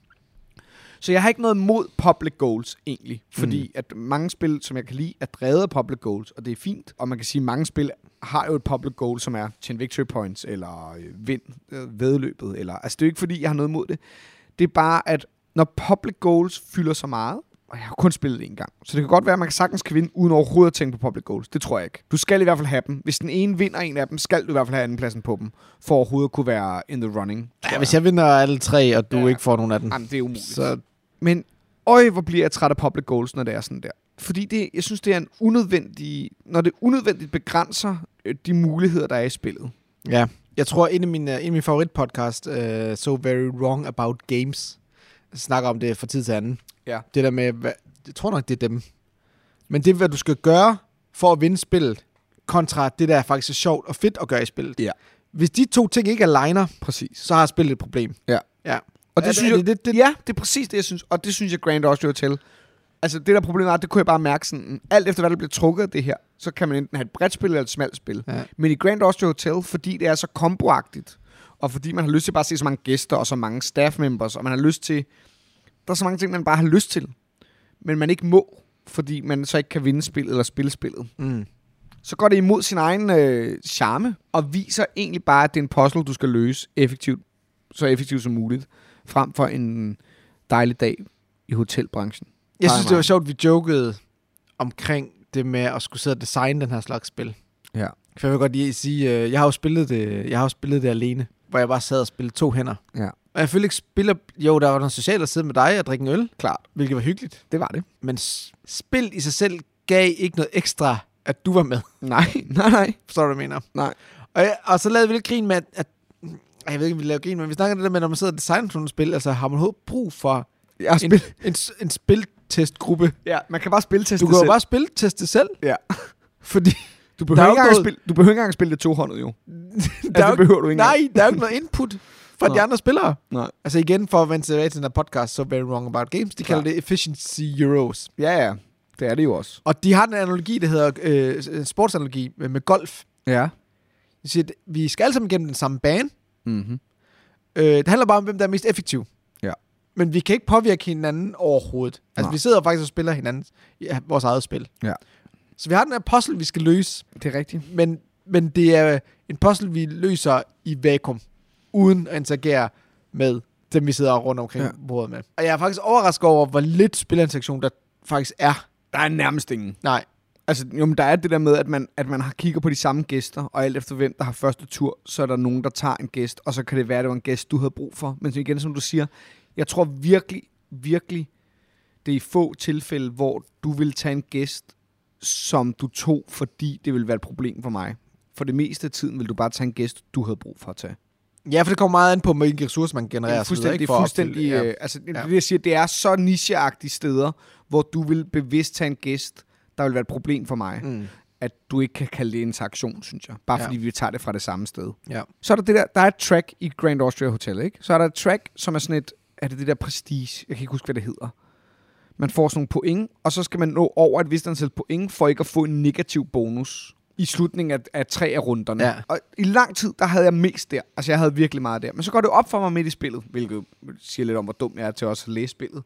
A: Så jeg har ikke noget mod public goals egentlig, fordi mm. at mange spil, som jeg kan lide, er drevet af public goals, og det er fint. Og man kan sige, at mange spil har jo et public goal, som er tjene victory points, eller øh, vind øh, vedløbet. Eller, altså det er jo ikke fordi, jeg har noget mod det. Det er bare, at når public goals fylder så meget, og jeg har kun spillet det en gang, så det kan godt være, at man kan sagtens kan vinde, uden overhovedet at tænke på public goals. Det tror jeg ikke. Du skal i hvert fald have dem. Hvis den ene vinder en af dem, skal du i hvert fald have andenpladsen på dem, for overhovedet at kunne være in the running. tror
B: Ja, hvis jeg vinder alle tre, og du
A: Ja.
B: ja. ikke får nogen af dem,
A: Jamen, det er umuligt.
B: så...
A: Så... Men øj, hvor bliver jeg træt af public goals, når det er sådan der. Fordi det, jeg synes, det er en unødvendig... Når det unødvendigt begrænser øh, de muligheder, der er i spillet.
B: Ja. Jeg tror, en af mine, en af mine favoritpodcast, uh, So Very Wrong About Games, snakker om det fra tid til anden.
A: Ja.
B: Det der med, hvad, jeg tror nok, det er dem. Men det, hvad du skal gøre for at vinde spillet, kontra det, der er faktisk er sjovt og fedt at gøre i spillet.
A: Ja.
B: Hvis de to ting ikke aligner,
A: Præcis.
B: så har spillet et problem.
A: Ja.
B: ja. Er
A: Og det, ja,
B: det-
A: synes
B: er
A: jeg,
B: det
A: det,
B: det-
A: det, ja, det er præcis det, jeg synes. Og det synes jeg, Grant også hører til. Altså, det der problem er, det kunne jeg bare mærke sådan, alt efter hvad der bliver trukket af det her, så kan man enten have et bredt spil eller et smalt spil.
B: Ja.
A: Men i Grand Austria Hotel, fordi det er så komboagtigt, og fordi man har lyst til bare at se så mange gæster og så mange staff members, og man har lyst til, der er så mange ting, man bare har lyst til, men man ikke må, fordi man så ikke kan vinde spillet eller spille spillet.
B: Mm.
A: Så går det imod sin egen øh, charme, og viser egentlig bare, at det er en puzzle, du skal løse effektivt, så effektivt som muligt, frem for en dejlig dag i hotelbranchen.
B: Jeg
A: Nej,
B: synes, det
A: nej.
B: var sjovt, vi jokede omkring det med at skulle sidde og designe den her slags spil.
A: Ja.
B: For jeg vil godt lige sige, øh, jeg har jo spillet det, jeg har jo spillet det alene, hvor jeg bare sad og spillede to hænder.
A: Ja.
B: Og jeg følte ikke spiller... Jo, der var noget socialt at sidde med dig og drikke en øl,
A: Klart,
B: hvilket var hyggeligt.
A: det var det.
B: Men s- spil i sig selv gav ikke noget ekstra, at du var med. <laughs>
A: Nej, <laughs> nej, nej.
B: Forstår du, hvad jeg mener?
A: Nej.
B: Og, jeg, og så lavede vi lidt grin med, at, at jeg ved ikke, om vi lavede grin, men vi snakker det der med, når man sidder og designer sådan nogle spil, altså har man overhovedet brug for
A: Jeg har
B: en,
A: spillet.
B: en, s- en spiltestgruppe?
A: Ja, man kan bare spille til
B: Du kan jo bare spilteste det selv,
A: Ja.
B: <laughs> fordi
A: Du
B: Der
A: behøver,
B: er jo
A: ikke engang at
B: noget-
A: spille, du behøver ikke engang at spille det tohåndet, jo.
B: der
A: det
B: er jo
A: behøver du ikke
B: Nej, der er jo ikke noget input fra de
A: Nej.
B: andre spillere.
A: Nej.
B: Altså igen, for at vende tilbage til den her podcast, So Very Wrong About Games, de
A: Klar.
B: kalder det Efficiency Euros.
A: Ja, ja. Det er det jo også.
B: Og de har den analogi, der hedder øh, en sportsanalogi med, med golf.
A: Ja.
B: De siger, at vi skal alle sammen gennem den samme bane.
A: Mm-hmm.
B: Øh, det handler bare om, hvem der er mest effektiv.
A: Ja.
B: Men vi kan ikke påvirke hinanden overhovedet. Altså,
A: Nej.
B: Nej. vi sidder faktisk og spiller hinanden, ja, vores eget spil.
A: Ja.
B: Så vi har den her puzzle, vi skal løse,
A: Det er rigtigt.
B: men, men det er en puzzle, vi løser i vakuum, uden at interagere med dem, vi sidder rundt omkring
A: Ja.
B: ja. bordet med. Og jeg er faktisk overrasket over, hvor lidt spilinteraktion der faktisk er.
A: Der er nærmest ingen.
B: Nej,
A: Altså, jo, men der er det der med, at man, at man har kigger på de samme gæster, og alt efter hvem, der har første tur, så er der nogen, der tager en gæst, og så kan det være, at det var en gæst, du havde brug for. Men så igen, som du siger, jeg tror virkelig, virkelig, det er i få tilfælde, hvor du vil tage en gæst, som du tog, fordi det ville være et problem for mig. For det meste af tiden vil du bare tage en gæst, du havde brug for at tage.
B: Ja, for det kommer meget an på, hvilke ressourcer man genererer.
A: Det er
B: og så videre,
A: fuldstændig,
B: ikke?
A: det
B: altså For at opfylde-
A: er fuldstændig øh, altså, det,
B: Ja.
A: det, jeg siger, det er så nicheagtige steder, hvor du vil bevidst tage en gæst, der vil være et problem for mig
B: ja. Mm.
A: at du ikke kan kalde det interaktion, synes jeg. Bare ja.
B: Ja.
A: fordi vi tager det fra det samme sted.
B: Ja.
A: Så er der det der, der er et track i Grand Austria Hotel, ikke? Så er der et track, som er sådan et, er det det der prestige? Jeg kan ikke huske, hvad det hedder. Man får sådan nogle point, og så skal man nå over et vist antal point, for ikke at få en negativ bonus i slutningen af, af tre af runderne.
B: Ja.
A: Og i lang tid, der havde jeg mest der. Altså, jeg havde virkelig meget der. Men så går det op for mig midt i spillet, hvilket siger lidt om, hvor dum jeg er til også at læse spillet.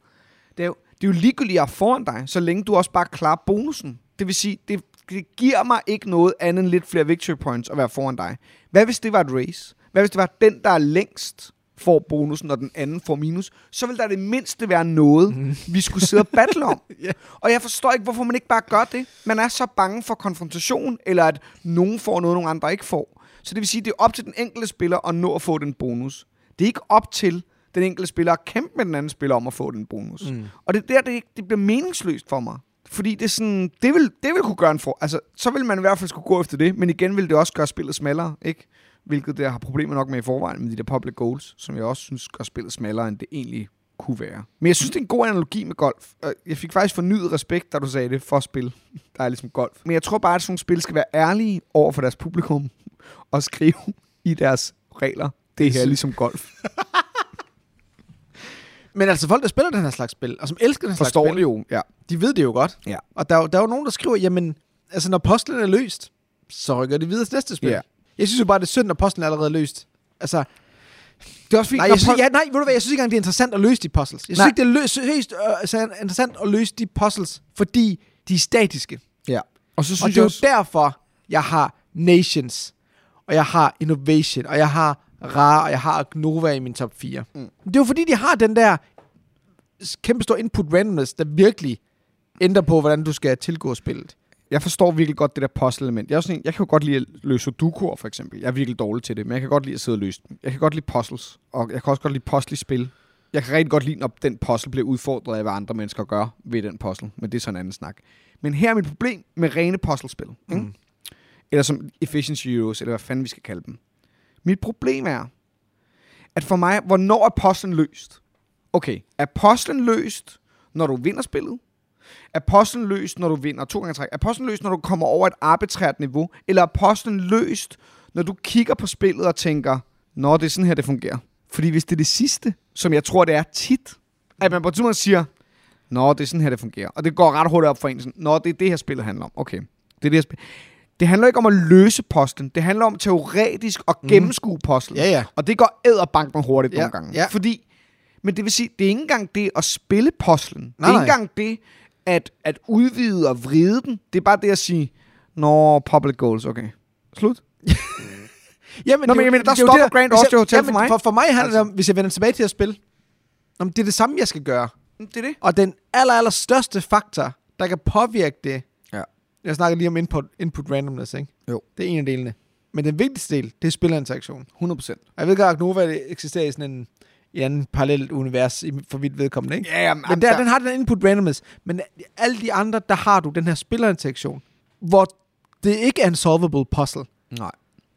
A: Det er jo, det er jo ligegyldigt, jeg er foran dig, så længe du også bare klarer bonusen. Det vil sige, det, det giver mig ikke noget andet end lidt flere victory points at være foran dig. Hvad hvis det var et race? Hvad hvis det var den, der er længst får bonusen, og den anden får minus, så vil der det mindste være noget, mm. vi skulle sidde og battle om.
B: Ja.
A: Og jeg forstår ikke, hvorfor man ikke bare gør det. Man er så bange for konfrontation, eller at nogen får noget, nogle andre ikke får. Så det vil sige, at det er op til den enkelte spiller at nå at få den bonus. Det er ikke op til den enkelte spiller at kæmpe med den anden spiller om at få den bonus. Mm. Og det er der, det, ikke- det bliver meningsløst for mig. Fordi det er sådan, det vil, det vil kunne gøre en for... Altså, så vil man i hvert fald skulle gå efter det, men igen vil det også gøre spillet smallere, ikke? Hvilket jeg har problemer nok med i forvejen med de der public goals, som jeg også synes gør spillet smallere, end det egentlig kunne være. Men jeg synes, det er en god analogi med golf. Og Jeg fik faktisk fornyet respekt, da du sagde det, for spil. Der er ligesom golf. Men jeg tror bare, at sådan nogle spil skal være ærlige over for deres publikum og skrive i deres regler. Det her er ligesom golf.
B: Men altså folk, der spiller den her slags spil, og som elsker den her
A: Forstår
B: slags
A: det jo. Ja.
B: spil, de ved det jo godt.
A: Ja.
B: Og der, er jo- der er jo nogen, der skriver, jamen, altså når postlen er løst, så rykker det videre til næste spil.
A: Ja.
B: Jeg synes jo bare, det er synd, når postlen er allerede løst. Altså,
A: Det er også fint.
B: nej, jeg synes, ja, nej, ved du hvad, jeg synes ikke engang, det er interessant at løse de puzzles. Jeg synes
A: Nej.
B: nej. ikke, det er løs, seriøst, øh, altså, interessant at løse de puzzles, fordi de er statiske.
A: ja. Og så synes
B: Og det er jo derfor, jeg har Nations, og jeg har Innovation, og jeg har RA, og jeg har Agnova i min top 4. Mm. Det er jo fordi, de har den der kæmpestor input randomness, der virkelig ændrer på, hvordan du skal tilgå spillet.
A: Jeg forstår virkelig godt det der puzzle-element. Jeg, er også sådan en, jeg kan jo godt lide at løse sudokuer, for eksempel. Jeg er virkelig dårlig til det, men jeg kan godt lide at sidde og løse dem. Jeg kan godt lide puzzles, og jeg kan også godt lide puzzle-spil. Jeg kan rigtig godt lide, når den puzzle bliver udfordret af, hvad andre mennesker gør ved den puzzle. Men det er sådan en anden snak. Men her er mit problem med rene puzzlespil. Mm. Mm. Eller som efficiency heroes, eller hvad fanden vi skal kalde dem. Mit problem er, at for mig, hvornår er puzzlen løst? Okay, er puzzlen løst, når du vinder spillet? Er puzzlen løst, når du vinder to gange i træk? Er puzzlen løst, når du kommer over et arbitrært niveau? Eller er puzzlen løst, når du kigger på spillet og tænker, Nå, det er sådan her, det fungerer. Fordi hvis det er det sidste, som jeg tror, det er tit, at man på et tidspunkt siger, Nå, det er sådan her, det fungerer. Og det går ret hurtigt op for en, sådan, Nå, det er det her, spillet handler om. Okay, det er det her spil. Det handler ikke om at løse postlen. Det handler om teoretisk at gennemskue postlen.
B: Ja, ja.
A: Og det går æderbank med hurtigt
B: Ja,
A: nogle gange.
B: ja.
A: Fordi, men det vil sige, det er ikke engang det at spille postlen.
B: Nej,
A: det er ikke
B: nej.
A: engang det at, at udvide og vride den. Det er bare det at sige, Nå, public goals, okay. Slut.
B: Jamen, det er
A: Nå, men
B: jo-
A: jeg mener, der
B: det er jo
A: stopper
B: det,
A: Grand
B: hvis jeg-
A: Austria Hotel for mig.
B: For, for mig handler det
A: Altså.
B: om, hvis jeg vender tilbage til at spille, Nå, men det er det samme, jeg skal gøre.
A: Det er det.
B: Og den aller, aller største faktor, der kan påvirke det,
A: Ja.
B: jeg snakker lige om input, input randomness, ikke?
A: Jo.
B: Det er en af delene. Men den vigtigste del, det er spillerinteraktion.
A: 100%.
B: Og Jeg ved godt, at Nova eksisterer i sådan en, i en parallelt univers i- for vidt vedkommende, ikke?
A: Ja, jamen,
B: Men der, den har den input randomness. Men alle de andre, der har du den her spillerinteraktion, hvor det ikke er en solvable puzzle.
A: Nej.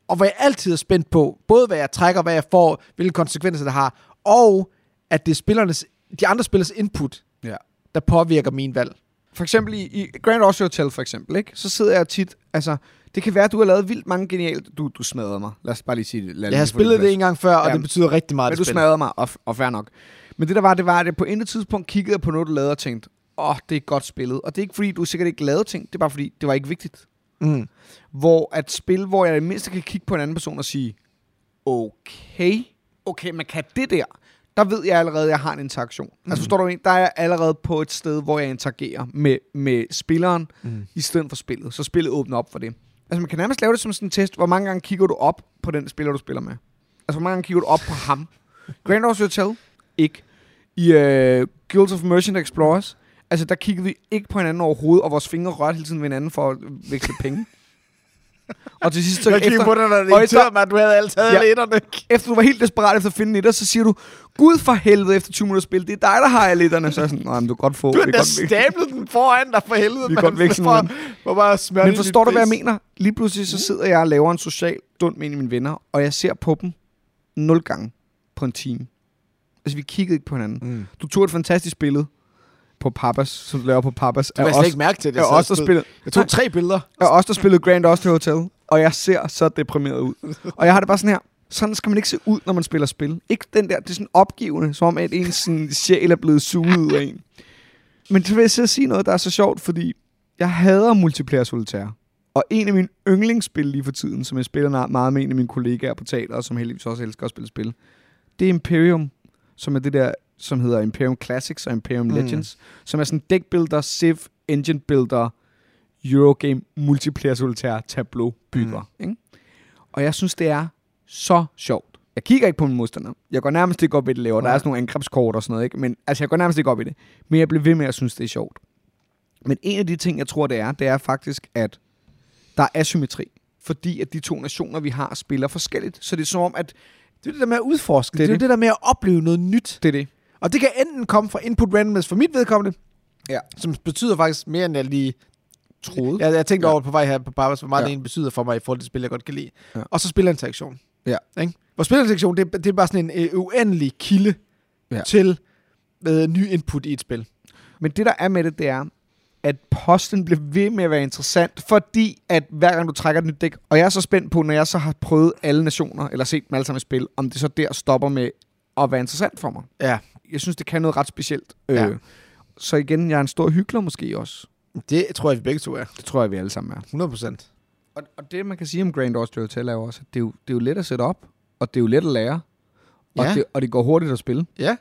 B: Og hvor jeg altid er spændt på, både hvad jeg trækker, hvad jeg får, hvilke konsekvenser det har, og at det er spillernes, de andre spillers input,
A: Ja.
B: der påvirker min valg.
A: For eksempel i, i Grand Austria Hotel, for eksempel, ikke? så sidder jeg tit, altså, det kan være, at du har lavet vildt mange genialt, du, du smadrede mig. Lad os bare lige sige det. Lad
B: Jeg har
A: lige få det på
B: spillet det
A: plads.
B: en gang før, og
A: Jamen,
B: det betyder rigtig meget.
A: Men
B: det
A: du
B: spil.
A: smadrede mig, og, og fair nok. Men det der var, det var, at jeg på intet tidspunkt kiggede på noget, du lavede og tænkte, åh, oh, det er godt spillet. Og det er ikke fordi, du sikkert ikke lavede ting, det er bare fordi, det var ikke vigtigt.
B: Mm.
A: Hvor at spil, hvor jeg i det mindste kan kigge på en anden person og sige, okay, okay, man kan det der. Der ved jeg allerede, at jeg har en interaktion. Mm. Altså forstår du, hvad jeg mener? der er jeg allerede på et sted, hvor jeg interagerer med, med spilleren,
B: Mm.
A: i stedet for spillet. Så spillet åbner op for det. Altså man kan nærmest lave det som sådan en test, hvor mange gange kigger du op på den spiller, du spiller med. Altså hvor mange gange kigger du op på <laughs> ham. Grand Theft Hotel, ikke. I uh, Guilds of Merchant Explorers, altså der kiggede vi ikke på hinanden overhovedet, og vores fingre rørte hele tiden ved hinanden for at veksle <laughs> penge. og til sidst så efter,
B: dig, når
A: og efter-
B: mig, at du havde alt taget
A: Ja.
B: letterne.
A: efter du var helt desperat efter at finde etter, så siger du, Gud for helvede efter 20 minutter spil, det er dig, der har alle etterne. Så er jeg sådan, nej, men du kan godt få. vi kan godt veksle."
B: stablet den foran dig for helvede.
A: Vi er godt væk, sådan
B: Hvor bare smør
A: Men forstår du, hvad jeg mener? Lige pludselig
B: Mm.
A: så sidder jeg og laver en social dund med en af mine venner, og jeg ser på dem nul gange på en time. Altså, vi kiggede ikke på hinanden.
B: Mm.
A: Du tog et fantastisk billede på Pappas, som du laver på Pappas,
B: Du
A: af
B: har slet
A: os,
B: ikke mærke til det.
A: af
B: så
A: os, der
B: spil-
A: spillede,
B: Jeg tog tre billeder.
A: af os, der spillede Grand Austria Hotel, og jeg ser så deprimeret ud. Og jeg har det bare sådan her, sådan skal man ikke se ud, når man spiller spil. Ikke den der, det er sådan opgivende, som om at ens sådan, sjæl er blevet suget ud af en. Men så vil jeg så sige noget, der er så sjovt, fordi jeg hader multiplayer solitaire. Og en af mine yndlingsspil lige for tiden, som jeg spiller meget med en af mine kollegaer på teater, og som heldigvis også elsker at spille spil, det er Imperium, som er det der, som hedder Imperium Classics og Imperium
B: Mm.
A: mm. Legends, som er sådan deck builder, civ, engine builder, Eurogame multiplayer solitaire tableau bygger. Mm. Ikke? Og jeg synes, det er så sjovt. Jeg kigger ikke på min modstander. Jeg går nærmest ikke op i det laver. Der er
B: Nej.
A: sådan nogle angrebskort og sådan noget, ikke? Men altså, jeg går nærmest ikke op i det. Men jeg bliver ved med at synes, det er sjovt. Men en af de ting, jeg tror, det er, det er faktisk, at der er asymmetri. Fordi at de to nationer, vi har, spiller forskelligt. Så det er som om, at
B: Det er det der med at udforske.
A: Det
B: Det er
A: er
B: det,
A: det.
B: det der med at opleve noget nyt.
A: det er det.
B: Og det kan enten komme fra input randomness for mit vedkommende,
A: Ja.
B: som betyder faktisk mere, end jeg lige
A: Troede.
B: Jeg, jeg tænkte
A: Ja.
B: ja. over på vej her på Barbers, hvor meget
A: Ja.
B: ja. det egentlig betyder for mig i forhold til spil, jeg godt kan lide.
A: Ja.
B: Ja. Og så spillerinteraktion.
A: Ja.
B: Ikke? Hvor spillerinteraktion, det, er- det er bare sådan en øh, uendelig kilde
A: Ja.
B: ja. til øh, ny input i et spil.
A: Men det, der er med det, det er, at posten bliver ved med at være interessant, fordi at hver gang du trækker et nyt dæk, og jeg er så spændt på, når jeg så har prøvet alle nationer, eller set dem alle sammen i spil, om det så der stopper med at være interessant for mig.
B: Ja.
A: Jeg synes, det kan noget ret specielt.
B: Ja.
A: Øh, så igen, jeg er en stor hyggelig måske også.
B: Det tror jeg, vi begge to er.
A: Det tror jeg, vi alle sammen er.
B: 100 procent.
A: Og, og det, man kan sige om Grand Austria Hotel, er jo også, at det er jo, det er jo let at sætte op, og det er jo let at lære, og,
B: Ja.
A: det, og det går hurtigt at spille.
B: Ja.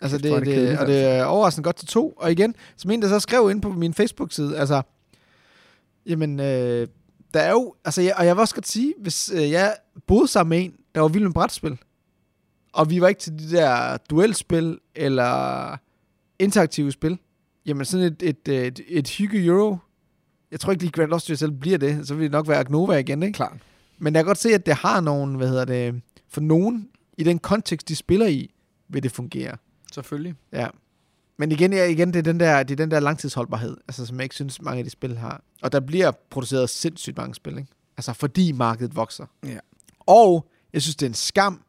B: Altså, det,
A: hvor er
B: det,
A: det kedeligt,
B: det, og det er overraskende godt til to. Og igen, som en, der så skrev ind på min Facebook-side, altså, jamen, øh, der er jo, altså, jeg, og jeg vil også godt sige, hvis øh, jeg boede sammen med en, der var vild med brætspil, og vi var ikke til de der duelspil, eller interaktive spil. Jamen sådan et, et, øh, et, et hygge-euro. Jeg tror ikke lige Grand Lost selv bliver det. Så vil det nok være Agnova igen, ikke?
A: Klart.
B: Men jeg kan godt se, at det har nogen, hvad hedder det, for nogen, i den kontekst, de spiller i, vil det fungere.
A: Selvfølgelig.
B: Ja. Men igen, ja, igen det, er den der, det er den der langtidsholdbarhed, altså, som jeg ikke synes, mange af de spil har. Og der bliver produceret sindssygt mange spil, ikke? Altså fordi markedet vokser.
A: Ja.
B: Og jeg synes, det er en skam,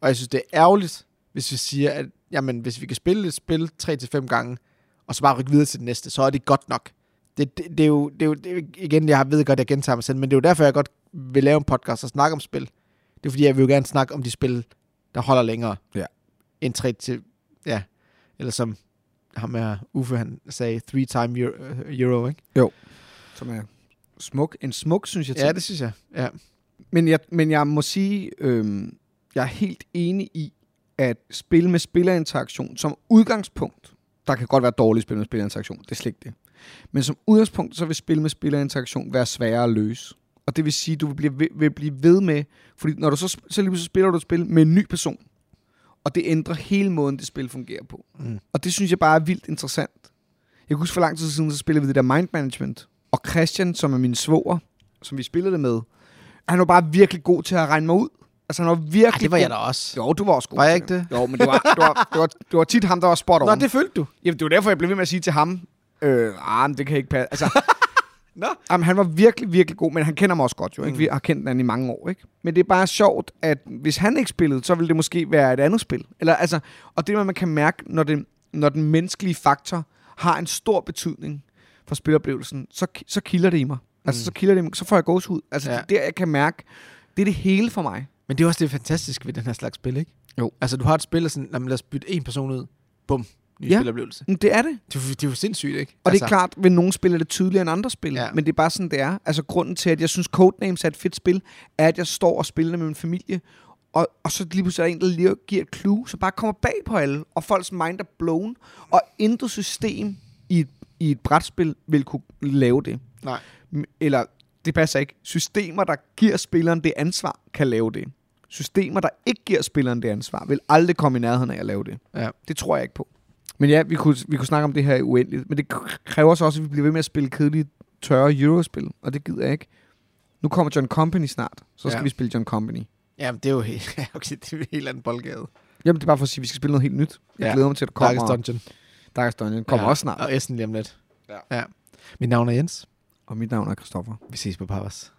B: og jeg synes, det er ærgerligt, hvis vi siger, at jamen, hvis vi kan spille et spil 3-5 gange, og så bare rykke videre til det næste, så er det godt nok. Det, det, det, er, jo, det er jo, det er jo, igen, jeg ved godt, jeg gentager mig selv, men det er jo derfor, jeg godt vil lave en podcast og snakke om spil. Det er fordi, jeg vil jo gerne snakke om de spil, der holder længere.
A: Ja.
B: End 3 til, ja, eller som ham her Uffe, han sagde, three time euro, euro ikke?
A: Som er smuk. En smuk, synes jeg.
B: Ja,
A: ting.
B: det synes jeg. Ja. Ah,
A: Men jeg, men jeg må sige, øhm, jeg er helt enig i, at spil med spillerinteraktion som udgangspunkt, der kan godt være dårligt spil med spillerinteraktion, det er slet ikke det. Men som udgangspunkt, så vil spil med spillerinteraktion være sværere at løse. Og det vil sige, at du vil blive ved, vil blive ved med, fordi når du så, sp- så lige pludselig spiller du et spil med en ny person, og det ændrer hele måden, det spil fungerer på.
B: Mm.
A: Og det synes jeg bare er vildt interessant. Jeg kan huske for lang tid siden, så spillede vi det der mind management. Og Christian, som er min svoger, som vi spillede det med, han var bare virkelig god til at regne mig ud. Altså han var virkelig
B: Ej, det var jeg
A: god.
B: da også.
A: Jo, du var også god
B: Var jeg
A: til
B: ikke det?
A: Jo, men det var, det, var, det, var, det var tit ham, der var spot on.
B: Nå, det følte du.
A: Jamen, det var derfor, jeg blev ved med at sige til ham, øh, ah, men det kan ikke passe. <laughs> Altså,
B: Nå.
A: Jamen, han var virkelig, virkelig god, men han kender mig også godt jo. Ikke?
B: Mm.
A: Vi har kendt hinanden i mange år, ikke? Men det er bare sjovt, at hvis han ikke spillede, så ville det måske være et andet spil. Eller, altså, og det er, hvad man kan mærke, når, det, når den menneskelige faktor har en stor betydning for spiloplevelsen, så, ki- så kilder det i mig. Altså,
B: Mm.
A: så kilder det i mig. Så får jeg gåshud. Altså,
B: Ja.
A: ja. det er der, jeg kan mærke, det er det hele for mig.
B: Men det er også det fantastiske ved den her slags spil, ikke?
A: Jo.
B: Altså, du har et spil, og sådan, jamen, lad os bytte en person ud. Bum. Ny ja.
A: Ja.
B: spiloplevelse.
A: Men det er det.
B: Det er, jo- det er jo sindssygt, ikke?
A: Og altså. det er klart, ved nogle spil er det tydeligere end andre spil,
B: Ja.
A: ja. men det er bare sådan, det er. Altså grunden til, at jeg synes Codenames er et fedt spil, er, at jeg står og spiller det med min familie, og, og så lige pludselig er der en, der lige giver et clue, som bare kommer bag på alle, og folks mind er blown, og intet system i et, i et brætspil vil kunne lave det.
B: Nej.
A: M- Eller, det passer ikke. Systemer, der giver spilleren det ansvar, kan lave det. Systemer, der ikke giver spilleren det ansvar, vil aldrig komme i nærheden af at lave det.
B: Ja.
A: Det tror jeg ikke på. Men ja, vi kunne, vi kunne snakke om det her i uendeligt. Men det kræver så også, at vi bliver ved med at spille kedelige, tørre eurospil. Og det gider jeg ikke. Nu kommer John Company snart. Så skal
B: Ja.
A: ja. vi spille John Company.
B: Jamen, det er jo <laughs> helt, okay, det er jo en helt anden boldgade.
A: Jamen, det er bare for at sige, at vi skal spille noget helt nyt. Jeg
B: Ja.
A: ja. glæder mig til, at der kommer.
B: Darkest Dungeon.
A: Darkest Dungeon kommer ja. også snart.
B: Og Essen lige om lidt.
A: Ja.
B: ja. Mit navn er Jens.
A: Og mit navn er Christoffer.
B: Vi ses på Papas.